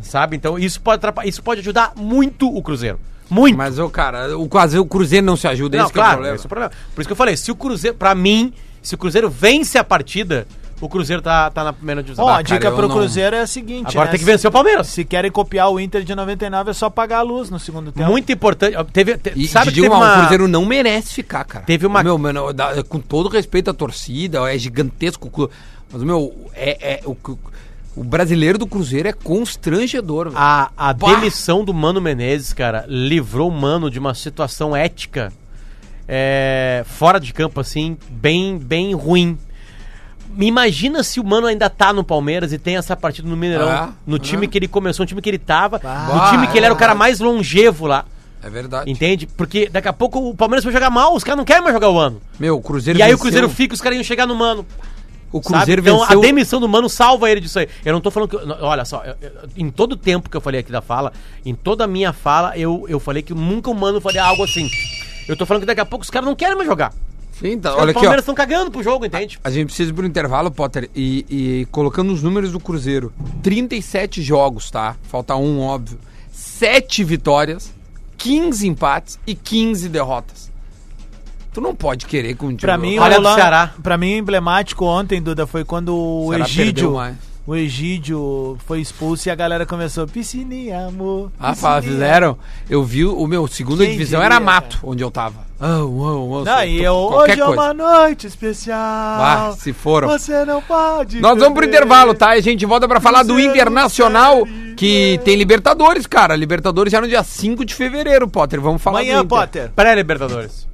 Speaker 3: Sabe? Então, isso pode, atrapa- isso pode ajudar muito o Cruzeiro. Muito.
Speaker 2: Mas, ô, cara, o, quase, o Cruzeiro não se ajuda,
Speaker 3: não,
Speaker 2: esse que é o
Speaker 3: claro,
Speaker 2: problema.
Speaker 3: esse é o problema. Por isso que eu falei, se o Cruzeiro, pra mim, se o Cruzeiro vence a partida, o Cruzeiro tá, tá na primeira divisão.
Speaker 5: Ó,
Speaker 3: Ah,
Speaker 5: a
Speaker 3: cara,
Speaker 5: dica
Speaker 2: eu
Speaker 5: pro
Speaker 2: não-
Speaker 5: Cruzeiro é a seguinte,
Speaker 3: Agora
Speaker 5: né?
Speaker 3: tem que vencer o Palmeiras.
Speaker 5: Se querem copiar o Inter de 99 é só apagar a luz no segundo tempo.
Speaker 3: Muito importante. Ó, Teve, te-
Speaker 2: E,
Speaker 3: sabe
Speaker 2: sabe
Speaker 3: que teve
Speaker 2: um, o
Speaker 3: uma...
Speaker 2: Cruzeiro não merece ficar, cara.
Speaker 3: Teve uma-
Speaker 2: Meu, mano, dá- com todo respeito à torcida, é gigantesco o clube. Mas, meu, é, é- o, o brasileiro do Cruzeiro é constrangedor. velho.
Speaker 3: A, a
Speaker 2: Bah!
Speaker 3: demissão do Mano Menezes, cara, livrou o Mano de uma situação ética é, fora de campo, assim, bem, bem ruim. Me imagina se o Mano ainda tá no Palmeiras e tem essa partida no Mineirão,
Speaker 2: Ah,
Speaker 3: no time
Speaker 2: ah.
Speaker 3: que ele começou, no time que ele tava,
Speaker 2: Bah,
Speaker 3: no time que ele era o cara
Speaker 2: é.
Speaker 3: mais longevo lá,
Speaker 2: É verdade.
Speaker 3: entende? Porque daqui a pouco o Palmeiras vai jogar mal, os caras não querem mais jogar o Mano.
Speaker 2: Meu, o Cruzeiro
Speaker 3: E aí o
Speaker 2: venceu-
Speaker 3: Cruzeiro fica, os caras iam chegar no Mano.
Speaker 2: O
Speaker 3: Sabe?
Speaker 2: Cruzeiro
Speaker 3: Então
Speaker 2: venceu.
Speaker 3: a demissão do Mano salva ele disso aí. Eu não tô falando que. eu- não, Olha só, eu- eu- em todo o tempo que eu falei aqui da fala, em toda a minha fala, eu, eu falei que nunca o Mano faria algo assim. Eu tô falando que daqui a pouco os caras não querem mais jogar.
Speaker 2: Sim, tá, olha
Speaker 3: Os caras do
Speaker 2: aqui, ó.
Speaker 3: Palmeiras estão cagando pro jogo, entende?
Speaker 2: A gente precisa ir pro intervalo, Potter, e, e colocando os números do Cruzeiro. 37 jogos, tá? Falta um, óbvio. 7 vitórias, 15 empates e 15 derrotas. Tu não pode querer que um time...
Speaker 5: Pra mim,
Speaker 3: Olha
Speaker 5: o
Speaker 3: do
Speaker 5: lan-
Speaker 3: Ceará.
Speaker 5: pra mim, o emblemático ontem, Duda, foi quando o
Speaker 2: Ceará perdeu
Speaker 5: Egídio,
Speaker 2: mais.
Speaker 5: o Egídio foi expulso e a galera começou, piscininha, amor.
Speaker 2: Ah, fala,
Speaker 5: piscininha."
Speaker 2: fizeram. Eu vi o meu segunda
Speaker 5: é. Quem
Speaker 2: divisão
Speaker 5: diria,
Speaker 2: era mato, onde eu tava. Ah, uau, uau,
Speaker 5: Não,
Speaker 2: só-
Speaker 5: e
Speaker 2: to-
Speaker 5: eu,
Speaker 2: qualquer
Speaker 5: hoje é
Speaker 2: coisa.
Speaker 5: uma noite especial.
Speaker 2: Ah, se foram.
Speaker 5: Você não pode.
Speaker 2: Nós vamos pro
Speaker 5: perder.
Speaker 2: intervalo, tá? E a gente volta pra falar do
Speaker 5: Cruzeiro,
Speaker 2: Internacional,
Speaker 5: Cruzeiro.
Speaker 2: que tem Libertadores, cara. Libertadores já no dia 5 de fevereiro, Potter. Vamos falar do
Speaker 5: Amanhã,
Speaker 2: Inter.
Speaker 5: Potter.
Speaker 3: Pré-Libertadores.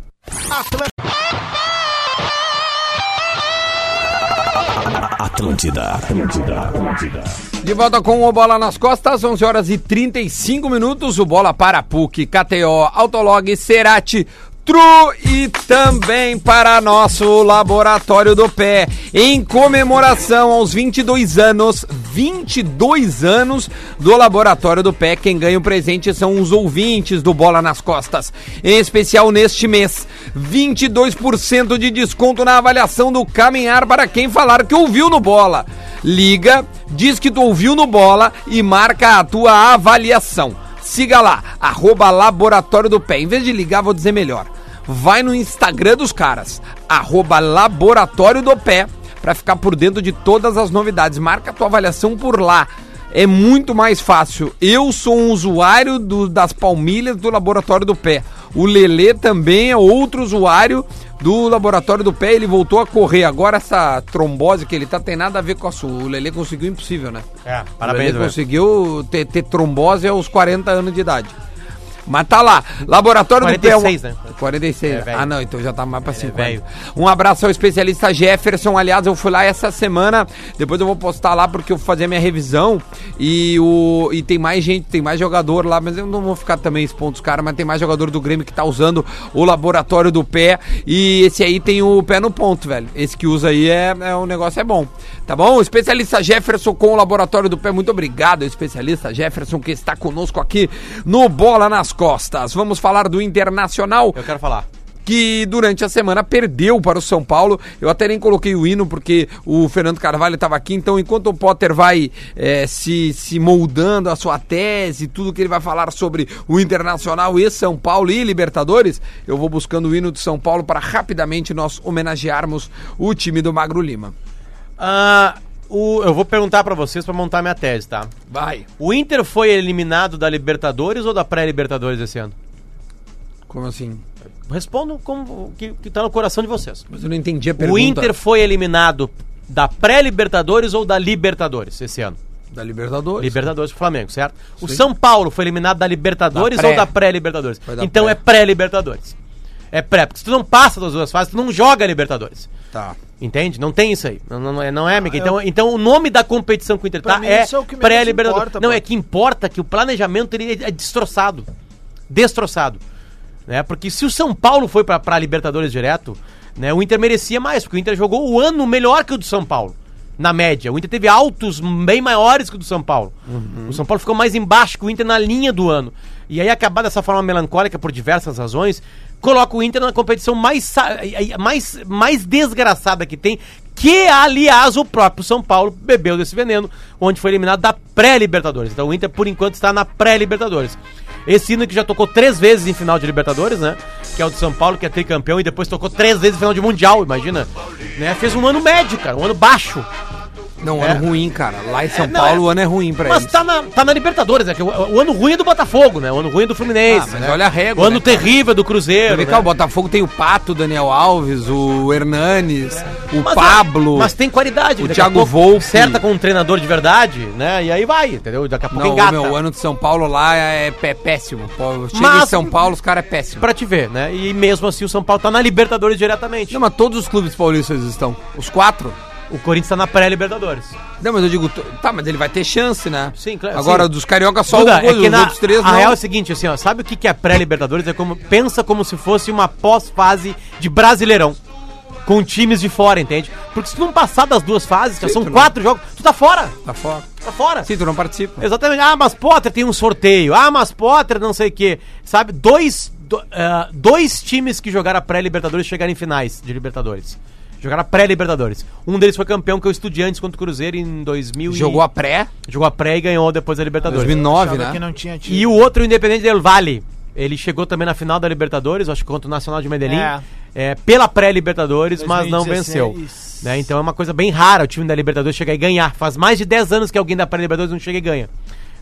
Speaker 1: Atlântida, Atlântida, Atlântida.
Speaker 2: De volta com o Bola nas Costas, 11 horas e 35 minutos. O Bola para PUC, KTO, Autolog, Cerati, Tru e também para nosso Laboratório do Pé. Em comemoração aos 22 anos, 22 anos do Laboratório do Pé, quem ganha o presente são os ouvintes do Bola nas Costas. Em especial neste mês, 22% de desconto na avaliação do caminhar para quem falar que ouviu no Bola. Liga, diz que tu ouviu no Bola e marca a tua avaliação. Siga lá, arroba Laboratório do Pé. Em vez de ligar, vou dizer melhor. Vai no Instagram dos caras, arroba Laboratório do Pé, pra ficar por dentro de todas as novidades. Marca a tua avaliação por lá. É muito mais fácil. Eu sou um usuário do- das palmilhas do Laboratório do Pé. O Lelê também é outro usuário do Laboratório do Pé. Ele voltou a correr. Agora essa trombose que ele tá tem nada a ver com a sua. O Lelê conseguiu impossível, né?
Speaker 3: É,
Speaker 2: Ele
Speaker 3: parabéns, velho.
Speaker 2: conseguiu ter, ter trombose aos 40 anos de idade. Mas tá lá, Laboratório do
Speaker 3: 46,
Speaker 2: Pé. é um
Speaker 3: né?
Speaker 2: 46,
Speaker 3: É
Speaker 2: né?
Speaker 3: velho.
Speaker 2: Ah, não, então já tá mais pra
Speaker 3: é
Speaker 2: 50.
Speaker 3: velho.
Speaker 2: um abraço ao especialista Jefferson. Aliás, eu fui lá essa semana. Depois eu vou postar lá porque eu vou fazer a minha revisão. E, o, e tem mais gente, tem mais jogador lá. Mas eu não vou ficar também expondo os caras. Mas tem mais jogador do Grêmio que tá usando o laboratório do pé. E esse aí tem o pé no ponto, velho. Esse que usa aí é, é o negócio é bom. Tá bom? Especialista Jefferson com o laboratório do pé. Muito obrigado, especialista Jefferson, que está conosco aqui no Bola nas Costas. Vamos falar do Internacional.
Speaker 3: Eu quero falar.
Speaker 2: que durante a semana perdeu para o São Paulo. Eu até nem coloquei o hino porque o Fernando Carvalho estava aqui, então enquanto o Potter vai eh, se, se moldando a sua tese, tudo que ele vai falar sobre o Internacional e São Paulo e Libertadores, eu vou buscando o hino de São Paulo para rapidamente nós homenagearmos o time do Magro Lima.
Speaker 3: Ah, o- eu vou perguntar pra vocês pra montar minha tese, tá?
Speaker 2: Vai.
Speaker 3: O Inter foi eliminado da Libertadores ou da pré-Libertadores esse ano?
Speaker 2: Como assim?
Speaker 3: Respondam como o que, que tá no coração de vocês.
Speaker 2: Mas eu não entendi a pergunta.
Speaker 3: O Inter foi eliminado da pré-Libertadores ou da Libertadores esse ano?
Speaker 2: da Libertadores.
Speaker 3: Libertadores pro Flamengo, certo? O São Paulo foi eliminado da Libertadores
Speaker 2: Da pré.
Speaker 3: ou da pré-Libertadores?
Speaker 2: Foi da
Speaker 3: Então
Speaker 2: pré.
Speaker 3: é pré-Libertadores. É pré, porque se tu não passa das duas fases, tu não joga a Libertadores.
Speaker 2: Tá.
Speaker 3: Entende? Não tem isso aí. Não, não- não é, não é, amiga. Então, então o nome da competição que o Inter
Speaker 5: Ah, Pra
Speaker 3: tá
Speaker 5: mim,
Speaker 3: é,
Speaker 5: isso é o que menos
Speaker 3: pré-libertador.
Speaker 5: importa,
Speaker 3: Não,
Speaker 5: pô.
Speaker 3: é que importa que o planejamento ele é destroçado. Destroçado. Né? Porque se o São Paulo foi pra, pra Libertadores direto, né, o Inter merecia mais, porque o Inter jogou o ano melhor que o do São Paulo. Na média. O Inter teve altos bem maiores que o do São Paulo.
Speaker 5: Uhum.
Speaker 3: O São Paulo ficou mais embaixo que o Inter na linha do ano. E aí acabar dessa forma melancólica por diversas razões, coloca o Inter na competição mais, sa- ai- ai- mais, mais desgraçada que tem, que, aliás, o próprio São Paulo bebeu desse veneno, onde foi eliminado da pré-Libertadores. Então o Inter, por enquanto, está na pré-Libertadores. Esse hino que já tocou três vezes em final de Libertadores, né? Que é o de São Paulo, que é tricampeão, e depois tocou três vezes em final de Mundial, imagina. Né? Fez um ano médio, cara, um ano baixo.
Speaker 2: Não,
Speaker 3: É.
Speaker 2: ano ruim, cara. Lá em São
Speaker 3: não,
Speaker 2: Paulo
Speaker 3: é.
Speaker 2: o ano é ruim pra
Speaker 3: Mas
Speaker 2: eles.
Speaker 3: tá na, tá na Libertadores, né? Que o, o ano ruim é do Botafogo, né? O ano ruim é do Fluminense.
Speaker 2: Ah, mas
Speaker 3: né?
Speaker 2: olha a régua,
Speaker 3: O ano
Speaker 2: né, cara?
Speaker 3: terrível é do Cruzeiro.
Speaker 2: Vem
Speaker 3: né?
Speaker 2: cá, o Botafogo tem o Pato, Daniel Alves, o Hernanes, o
Speaker 3: Mas,
Speaker 2: Pablo.
Speaker 3: é, Mas tem qualidade.
Speaker 2: o
Speaker 3: daqui a
Speaker 2: Thiago
Speaker 3: pouco
Speaker 2: Volpi.
Speaker 3: Certa com um treinador de verdade, né? E aí vai, entendeu? Daqui a pouco
Speaker 2: Não,
Speaker 3: engata.
Speaker 2: meu, o ano de São Paulo lá é, pé- péssimo. Pô, Chega em
Speaker 3: Mas-
Speaker 2: São Paulo, os caras é péssimo.
Speaker 3: Pra te ver, né? E mesmo assim o São Paulo tá na Libertadores diretamente.
Speaker 2: Não, mas todos os clubes paulistas estão. Os quatro?
Speaker 3: O Corinthians tá na pré-Libertadores.
Speaker 2: Não, mas eu digo, t- tá, mas ele vai ter chance, né?
Speaker 3: Sim, claro,
Speaker 2: Agora,
Speaker 3: sim.
Speaker 2: dos carioca só
Speaker 3: Duda,
Speaker 2: um gol,
Speaker 3: é que
Speaker 2: os
Speaker 3: na,
Speaker 2: outros três
Speaker 3: a
Speaker 2: não.
Speaker 3: real é o seguinte, assim, ó, sabe o que que é pré-Libertadores? É como pensa como se fosse uma pós-fase de Brasileirão. Com times de fora, entende? Porque se tu não passar das duas fases, que
Speaker 2: Sim,
Speaker 3: são
Speaker 2: tu não-
Speaker 3: quatro jogos, tu tá fora.
Speaker 2: Tá fora.
Speaker 3: Tá fora.
Speaker 2: Sim, tu não participa.
Speaker 3: Exatamente. Ah, mas Potter tem um sorteio. Ah, mas Potter não sei o quê. Sabe, dois, do- ah, dois times que jogaram a pré-Libertadores chegaram em finais de Libertadores. Jogaram a pré-Libertadores. Um deles foi campeão, que é o Estudiantes contra o Cruzeiro em 2000. e-
Speaker 2: Jogou a pré,
Speaker 3: Jogou a pré e ganhou depois a Libertadores.
Speaker 2: 2009,
Speaker 5: Achava
Speaker 2: né?
Speaker 5: que não tinha tido.
Speaker 3: E o outro, o Independente del Valle. Ele chegou também na final da Libertadores, acho que contra o Nacional de Medellín.
Speaker 5: É.
Speaker 3: é, pela pré-Libertadores, mas não
Speaker 5: 2016.
Speaker 3: venceu. né? Então é uma coisa bem rara o time da Libertadores chegar e ganhar. Faz mais de 10 anos que alguém da pré-Libertadores não chega e ganha.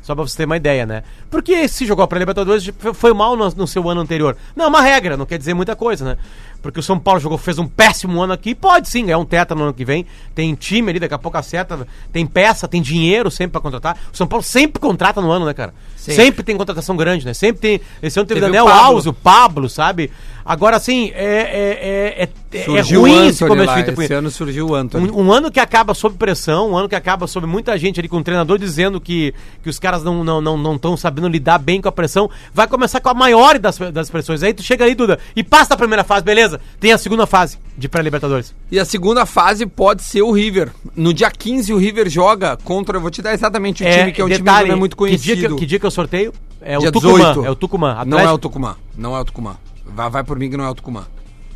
Speaker 3: Só pra você ter uma ideia, né? Porque se jogou a pré-Libertadores, f- foi mal no, no seu ano anterior. Não, é uma regra, não quer dizer muita coisa, né? Porque o São Paulo jogou, fez um péssimo ano aqui, pode sim ganhar um teta no ano que vem. Tem time ali, daqui a pouco acerta, tem peça, tem dinheiro sempre pra contratar. O São Paulo sempre contrata no ano, né, cara?
Speaker 2: Sempre.
Speaker 3: Sempre, tem contratação grande, né? Sempre tem. Esse ano teve,
Speaker 2: Teve o
Speaker 3: Daniel
Speaker 2: Pablo.
Speaker 3: Alves, o Pablo, sabe? Agora, assim, é, é, é, é, é
Speaker 2: Surgiu o
Speaker 3: ruim esse
Speaker 2: Antônio
Speaker 3: começo
Speaker 2: lá.
Speaker 3: de tempo.
Speaker 2: Esse ano surgiu o Antônio.
Speaker 3: Um, um ano que acaba sob pressão, um ano que acaba sob muita gente ali com o treinador dizendo que, que os caras não estão não, não, tão sabendo lidar bem com a pressão, vai começar com a maior das, das pressões. Aí tu chega aí, Duda, e passa a primeira fase, beleza? Tem a segunda fase de pré-Libertadores.
Speaker 2: E a segunda fase pode ser o River. No dia 15, o River joga contra. Eu vou te dar exatamente o time, que é um time que não é muito
Speaker 3: Que dia que,
Speaker 2: conhecido.
Speaker 3: eu- que dia que eu sorteio? É
Speaker 2: Dia
Speaker 3: o Tucumã.
Speaker 2: 18.
Speaker 3: É o Tucumã.
Speaker 2: Não é o
Speaker 3: Atlético-
Speaker 2: Tucumã. Não é o Tucumã. Vai, vai por mim que não é o Tucumã.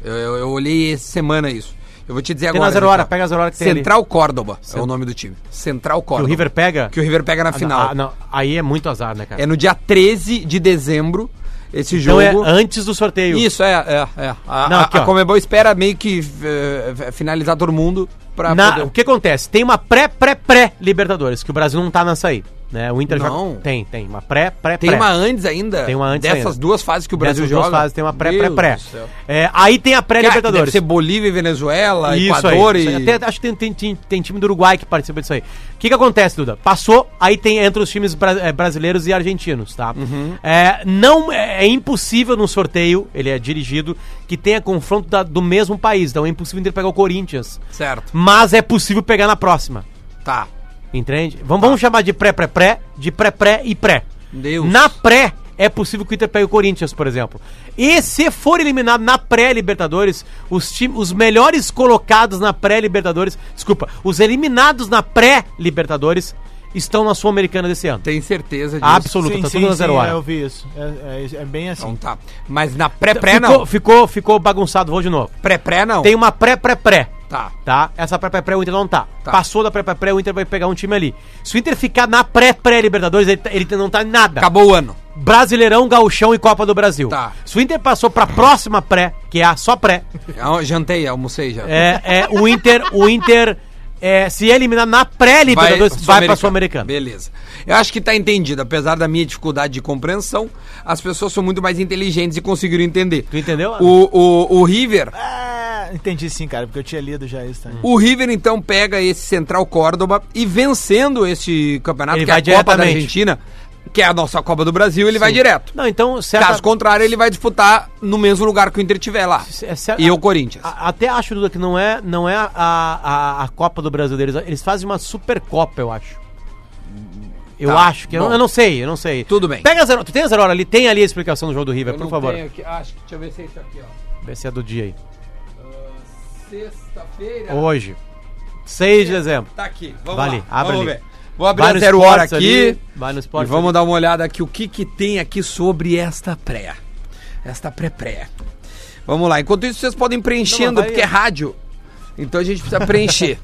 Speaker 2: Eu, eu, eu olhei essa semana isso. Eu vou te dizer
Speaker 3: Tem
Speaker 2: agora.
Speaker 3: na zero hora,
Speaker 2: Ricardo.
Speaker 3: pega a zero hora que tem ali.
Speaker 2: Central Córdoba é o nome do time. Central
Speaker 3: Que
Speaker 2: Córdoba.
Speaker 3: o River pega.
Speaker 2: Que o River pega na final.
Speaker 3: Ah, não. Aí é muito azar, né, cara?
Speaker 2: É no dia 13 de dezembro esse
Speaker 3: então
Speaker 2: jogo.
Speaker 3: é antes do sorteio.
Speaker 2: Isso, é, é, é. A,
Speaker 3: Não,
Speaker 2: a-
Speaker 3: aqui,
Speaker 2: a
Speaker 3: ó.
Speaker 2: Comebol espera meio que eh, finalizar todo mundo pra
Speaker 3: Na-
Speaker 2: poder-
Speaker 3: O que acontece? Tem uma pré-pré-pré-Libertadores, que o Brasil não tá nessa aí. Né? O Inter
Speaker 2: Não.
Speaker 3: já. Tem, tem. Uma pré-pré-pré.
Speaker 2: Tem uma antes ainda?
Speaker 3: Tem uma antes
Speaker 2: Dessas
Speaker 3: ainda.
Speaker 2: duas fases que o Brasil
Speaker 3: Nessas duas
Speaker 2: joga?
Speaker 3: fases tem uma
Speaker 2: Meu
Speaker 3: pré-pré-pré.
Speaker 2: Deus do céu.
Speaker 3: É, aí tem
Speaker 2: Que
Speaker 3: a
Speaker 2: Deve
Speaker 3: pré-Libertadores.
Speaker 2: ser Bolívia e Venezuela,
Speaker 3: Isso aí,
Speaker 2: Equador
Speaker 3: isso aí.
Speaker 2: e...
Speaker 3: Até acho que tem, tem, tem- tem time do Uruguai que participa disso aí. O que, que acontece, Duda? Passou, aí tem entre os times bra- eh, brasileiros e argentinos, tá?
Speaker 2: Uhum.
Speaker 3: É, não é, é impossível no sorteio, ele é dirigido, que tenha confronto da- do mesmo país. Então é impossível ele pegar o Corinthians.
Speaker 2: Certo,
Speaker 3: Mas é possível pegar na próxima.
Speaker 2: tá.
Speaker 3: Entende? Vamos, vamos chamar de pré-pré-pré, de pré-pré e pré.
Speaker 2: Deus.
Speaker 3: Na pré, é possível que o Inter pegue o Corinthians, por exemplo. E se for eliminado na pré-Libertadores, os, time- os melhores colocados na pré-Libertadores, desculpa, os eliminados na pré-Libertadores, estão na Sul-Americana desse ano.
Speaker 2: Tem certeza disso.
Speaker 3: Absoluta, tá tudo na zero hora.
Speaker 5: é, eu vi isso. É, é- é bem assim.
Speaker 2: Então tá. Mas na pré-pré
Speaker 3: ficou,
Speaker 2: não.
Speaker 3: ficou, ficou bagunçado, vou de novo.
Speaker 2: Pré-pré não.
Speaker 3: Tem uma pré-pré-pré.
Speaker 2: Tá.
Speaker 3: Tá? Essa pré-pré-pré o Inter não tá.
Speaker 2: Tá.
Speaker 3: Passou da pré-pré-pré, o Inter vai pegar um time ali. Se o Inter ficar na pré-pré-Libertadores, ele, tá- ele não tá em nada.
Speaker 2: Acabou o ano.
Speaker 3: Brasileirão, Gauchão e Copa do Brasil.
Speaker 2: Tá.
Speaker 3: Se o Inter passou pra próxima pré, que é a só pré,
Speaker 2: Eu É um- jantei, almocei já.
Speaker 3: é, é, o Inter, o Inter é, se eliminar na pré-Libertadores, vai, pra Sul-Americana.
Speaker 2: Beleza. Eu acho que tá entendido. Apesar da minha dificuldade de compreensão, as pessoas são muito mais inteligentes e conseguiram entender.
Speaker 3: Tu entendeu?
Speaker 2: O, o, o River.
Speaker 5: Ah, entendi sim, cara, porque eu tinha lido já isso também.
Speaker 2: O River então pega esse Central Córdoba e vencendo esse campeonato,
Speaker 3: Ele
Speaker 2: que é a
Speaker 3: vai
Speaker 2: Copa da
Speaker 3: diretamente.
Speaker 2: Argentina, que é a nossa Copa do Brasil, ele vai direto.
Speaker 3: Não, então, certa,
Speaker 2: Caso contrário, ele vai disputar no mesmo lugar que o Inter tiver lá.
Speaker 3: é certa-
Speaker 2: E o Corinthians.
Speaker 3: A- até acho, Duda, que não é, não é a, a, a Copa do Brasil deles. Eles fazem uma Supercopa, eu acho. Eu
Speaker 2: Tá,
Speaker 3: acho que. Eu,
Speaker 2: bom.
Speaker 3: eu não sei, eu não sei.
Speaker 2: Tudo bem.
Speaker 3: Pega a zero, tu tem a zero hora ali? Tem ali a explicação do jogo do River, por favor.
Speaker 2: acho que, deixa eu ver se é isso aqui, ó.
Speaker 3: Vê se é do dia aí.
Speaker 2: Sexta-feira.
Speaker 3: Hoje. 6 de dezembro.
Speaker 2: Tá aqui, vamos
Speaker 3: Vale,
Speaker 2: lá.
Speaker 3: abre
Speaker 2: vamos
Speaker 3: ali.
Speaker 2: ver. Vou abrir
Speaker 3: Vai
Speaker 2: a
Speaker 3: no
Speaker 2: zero
Speaker 3: Sports
Speaker 2: hora aqui
Speaker 3: ali, vai no
Speaker 2: e
Speaker 3: Sports
Speaker 2: vamos
Speaker 3: ali.
Speaker 2: dar uma olhada aqui o que que tem aqui sobre esta pré. Esta pré-pré. Vamos lá. Enquanto isso, vocês podem ir preenchendo,
Speaker 3: Não, mas vai-
Speaker 2: porque é rádio. Então a gente precisa preencher.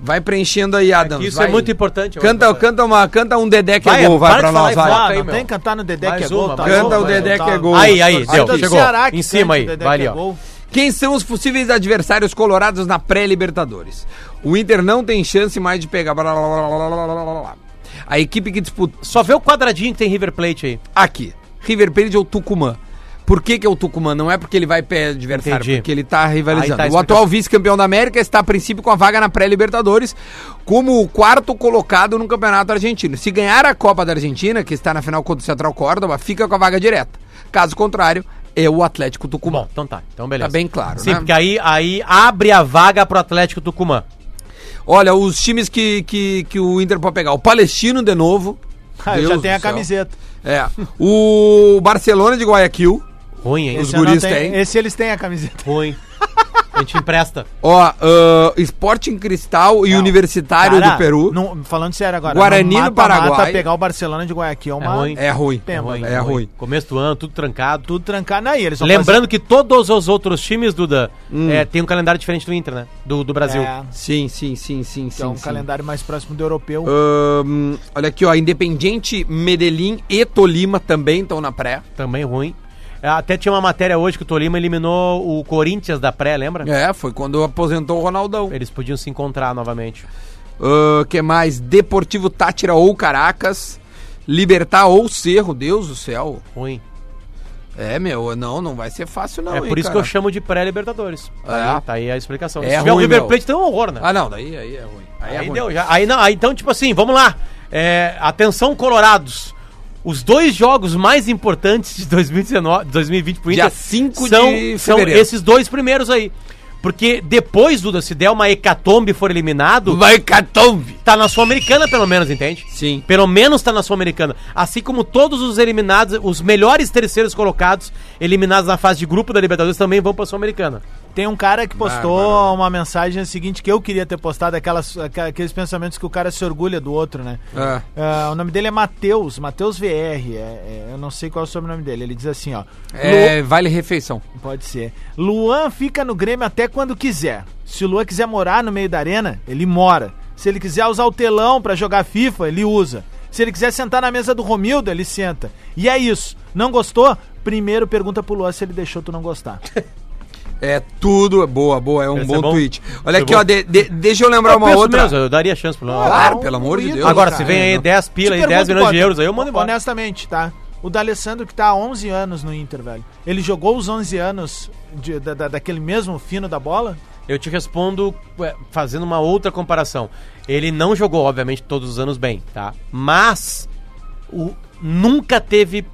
Speaker 2: Vai preenchendo aí, Adams.
Speaker 3: isso
Speaker 2: vai.
Speaker 3: é muito importante.
Speaker 2: Canta,
Speaker 3: Eduardo.
Speaker 2: canta, uma, canta um Dedé que
Speaker 3: Vai,
Speaker 2: é gol, vai
Speaker 3: para
Speaker 2: pra
Speaker 3: de falar
Speaker 2: nós,
Speaker 3: e
Speaker 2: vai.
Speaker 3: fala.
Speaker 5: Ah,
Speaker 3: aí,
Speaker 5: não
Speaker 3: meu.
Speaker 5: tem que cantar no Dedé
Speaker 3: Mais
Speaker 5: que é gol,
Speaker 3: uma,
Speaker 5: tá
Speaker 3: mais
Speaker 5: bom,
Speaker 3: uma. Canta o
Speaker 5: vai,
Speaker 2: Dedé
Speaker 5: tá
Speaker 2: que é
Speaker 5: bom.
Speaker 2: gol.
Speaker 3: Aí, aí,
Speaker 5: Torcida
Speaker 3: deu,
Speaker 5: do
Speaker 3: chegou.
Speaker 5: Ceará que
Speaker 3: Em cima
Speaker 5: cante
Speaker 3: aí,
Speaker 5: o Dedé
Speaker 3: vai ali,
Speaker 5: que é
Speaker 3: ó.
Speaker 5: gol.
Speaker 2: Quem são os possíveis adversários colorados na pré-Libertadores? O Inter não tem chance mais de pegar. blá, blá, blá, blá, blá, blá, blá, blá. A equipe que disputa.
Speaker 3: Só vê o quadradinho que tem River Plate aí.
Speaker 2: aqui. River Plate ou Tucumã. Por que, que é o Tucumã? Não é porque ele vai pé adversário,
Speaker 3: Entendi.
Speaker 2: porque ele tá
Speaker 3: Aí
Speaker 2: rivalizando.
Speaker 3: tá a
Speaker 2: o
Speaker 3: explicação.
Speaker 2: atual vice-campeão da América está a princípio com a vaga na pré-Libertadores, como o quarto colocado no Campeonato Argentino. Se ganhar a Copa da Argentina, que está na final contra o Central Córdoba, fica com a vaga direta. Caso contrário, é o Atlético Tucumã.
Speaker 3: Bom, então tá. Então beleza.
Speaker 2: Tá bem claro,
Speaker 3: Sim,
Speaker 2: né?
Speaker 3: porque aí, aí abre a vaga pro Atlético Tucumã.
Speaker 2: Olha, os times que, que, que o Inter pode pegar. O Palestino de novo.
Speaker 5: Ah, eu
Speaker 2: Deus
Speaker 5: já
Speaker 2: do
Speaker 5: tenho a
Speaker 2: céu.
Speaker 5: camiseta.
Speaker 2: É. O Barcelona de Guayaquil.
Speaker 3: Ruim, hein? é
Speaker 2: Os
Speaker 5: Esse eu não
Speaker 2: guris
Speaker 5: tenho-
Speaker 2: têm.
Speaker 5: Esse eles têm a camiseta.
Speaker 3: Ruim. A gente empresta.
Speaker 2: Ó, ah, Sporting Cristal e
Speaker 5: Não.
Speaker 2: Universitário
Speaker 5: Cara,
Speaker 2: do Peru.
Speaker 5: não- falando sério agora.
Speaker 2: Guarani no
Speaker 5: mata-mata,
Speaker 2: Paraguai.
Speaker 5: pegar o Barcelona de Guayaquil é uma...
Speaker 3: É ruim.
Speaker 2: É ruim.
Speaker 5: Pena.
Speaker 2: É ruim.
Speaker 3: Começo do ano, tudo trancado.
Speaker 5: Tudo trancado. Aí, eles vão
Speaker 3: Lembrando que todos os outros times, Duda, é, tem um calendário diferente do Inter, né? Do, do
Speaker 5: fazer-
Speaker 3: Brasil.
Speaker 5: É,
Speaker 2: Sim, sim, sim, sim,
Speaker 5: que é um
Speaker 2: sim, sim.
Speaker 5: calendário mais próximo do europeu.
Speaker 2: Ah, Ahn, olha aqui, ó. Independiente, Medellín e Tolima também estão na pré.
Speaker 3: Também ruim. É, Até tinha uma matéria hoje que o Tolima eliminou o Corinthians da pré, lembra?
Speaker 2: É, foi quando aposentou o Ronaldão.
Speaker 3: Eles podiam se encontrar novamente.
Speaker 2: O que mais? Deportivo Tátira ou Caracas. Libertar ou Cerro, Deus do céu.
Speaker 3: Ruim.
Speaker 2: É, meu, não, não vai ser fácil, não.
Speaker 3: é
Speaker 2: hein,
Speaker 3: por isso que
Speaker 2: cara.
Speaker 3: eu chamo de pré-Libertadores.
Speaker 2: É.
Speaker 3: Aí, Tá aí a explicação.
Speaker 2: É
Speaker 3: Se tiver o
Speaker 2: ruim,
Speaker 3: River
Speaker 2: meu.
Speaker 3: Plate, tem um horror, né?
Speaker 2: Ah, não, daí aí é ruim. Aí,
Speaker 3: Aí,
Speaker 2: é ruim.
Speaker 3: deu já. Aí não, aí então, tipo assim, vamos lá. É, atenção, Colorados. Os dois jogos mais importantes de 2019, de 2020 pro
Speaker 2: Dia
Speaker 3: Inter
Speaker 2: 5
Speaker 3: são,
Speaker 2: de
Speaker 3: são
Speaker 2: fevereiro.
Speaker 3: esses dois primeiros aí. Porque depois, Duda, se der uma hecatombe e for eliminado,
Speaker 2: Vai catombe!
Speaker 3: tá na Sul-Americana, pelo menos, entende?
Speaker 2: Sim.
Speaker 3: Pelo menos tá na Sul-Americana. Assim como todos os eliminados, os melhores terceiros colocados, eliminados na fase de grupo da Libertadores, também vão pra Sul-Americana.
Speaker 5: Tem um cara que postou
Speaker 2: Bárbaro.
Speaker 5: uma mensagem seguinte que eu queria ter postado, aquelas, aqua- aqueles pensamentos que o cara se orgulha do outro, né?
Speaker 2: É.
Speaker 5: Ah, o nome dele é Matheus, Matheus VR. é- é, eu não sei qual é o sobrenome dele. Ele diz assim, ó.
Speaker 2: É, vale refeição.
Speaker 5: Lu- pode ser. Luan fica no Grêmio até quando quiser. Se o Luan quiser morar no meio da arena, ele mora. Se ele quiser usar o telão pra jogar FIFA, ele usa. Se ele quiser sentar na mesa do Romildo, ele senta. E é isso. Não gostou? Primeiro pergunta pro Luan se ele deixou tu não gostar.
Speaker 2: É tudo. Boa, boa, é um
Speaker 3: Esse
Speaker 2: bom,
Speaker 3: é bom?
Speaker 2: tweet. Olha
Speaker 3: Esse
Speaker 2: aqui,
Speaker 3: é bom?
Speaker 2: ó, de- de- deixa eu lembrar uma
Speaker 3: penso
Speaker 2: outra.
Speaker 3: mesmo, eu daria chance pro Leonardo.
Speaker 2: Claro,
Speaker 5: Ah,
Speaker 2: pelo amor de
Speaker 5: ídolo,
Speaker 2: Deus.
Speaker 3: Agora,
Speaker 5: cara.
Speaker 3: se vem aí
Speaker 2: não.
Speaker 3: 10
Speaker 5: Te
Speaker 3: pila e 10
Speaker 5: pergunto,
Speaker 3: milhões de
Speaker 5: Potter,
Speaker 3: euros, aí eu mando embora.
Speaker 5: Honestamente, tá? O D'Alessandro que tá há 11 anos no Inter, velho. Ele jogou os 11 anos de- da- da- daquele mesmo fino da bola?
Speaker 3: Eu te respondo é, fazendo uma outra comparação. Ele não jogou, obviamente, todos os anos bem, tá? Mas o, nunca teve p-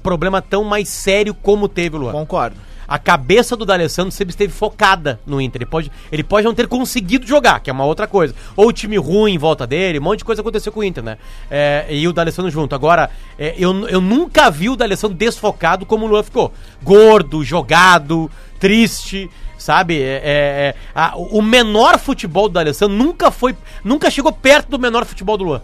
Speaker 3: problema tão mais sério como teve o Luan.
Speaker 5: Concordo.
Speaker 3: A cabeça do D'Alessandro sempre esteve focada no Inter. Ele pode, ele pode não ter conseguido jogar, que é uma outra coisa. Ou o time ruim em volta dele, um monte de coisa aconteceu com o Inter, né? É, e o D'Alessandro junto. Agora, é, eu, eu nunca vi o D'Alessandro desfocado como o Luan ficou. Gordo, jogado, triste, sabe? É, é, é, a- o menor futebol do D'Alessandro nunca foi, nunca chegou perto do menor futebol do Luan.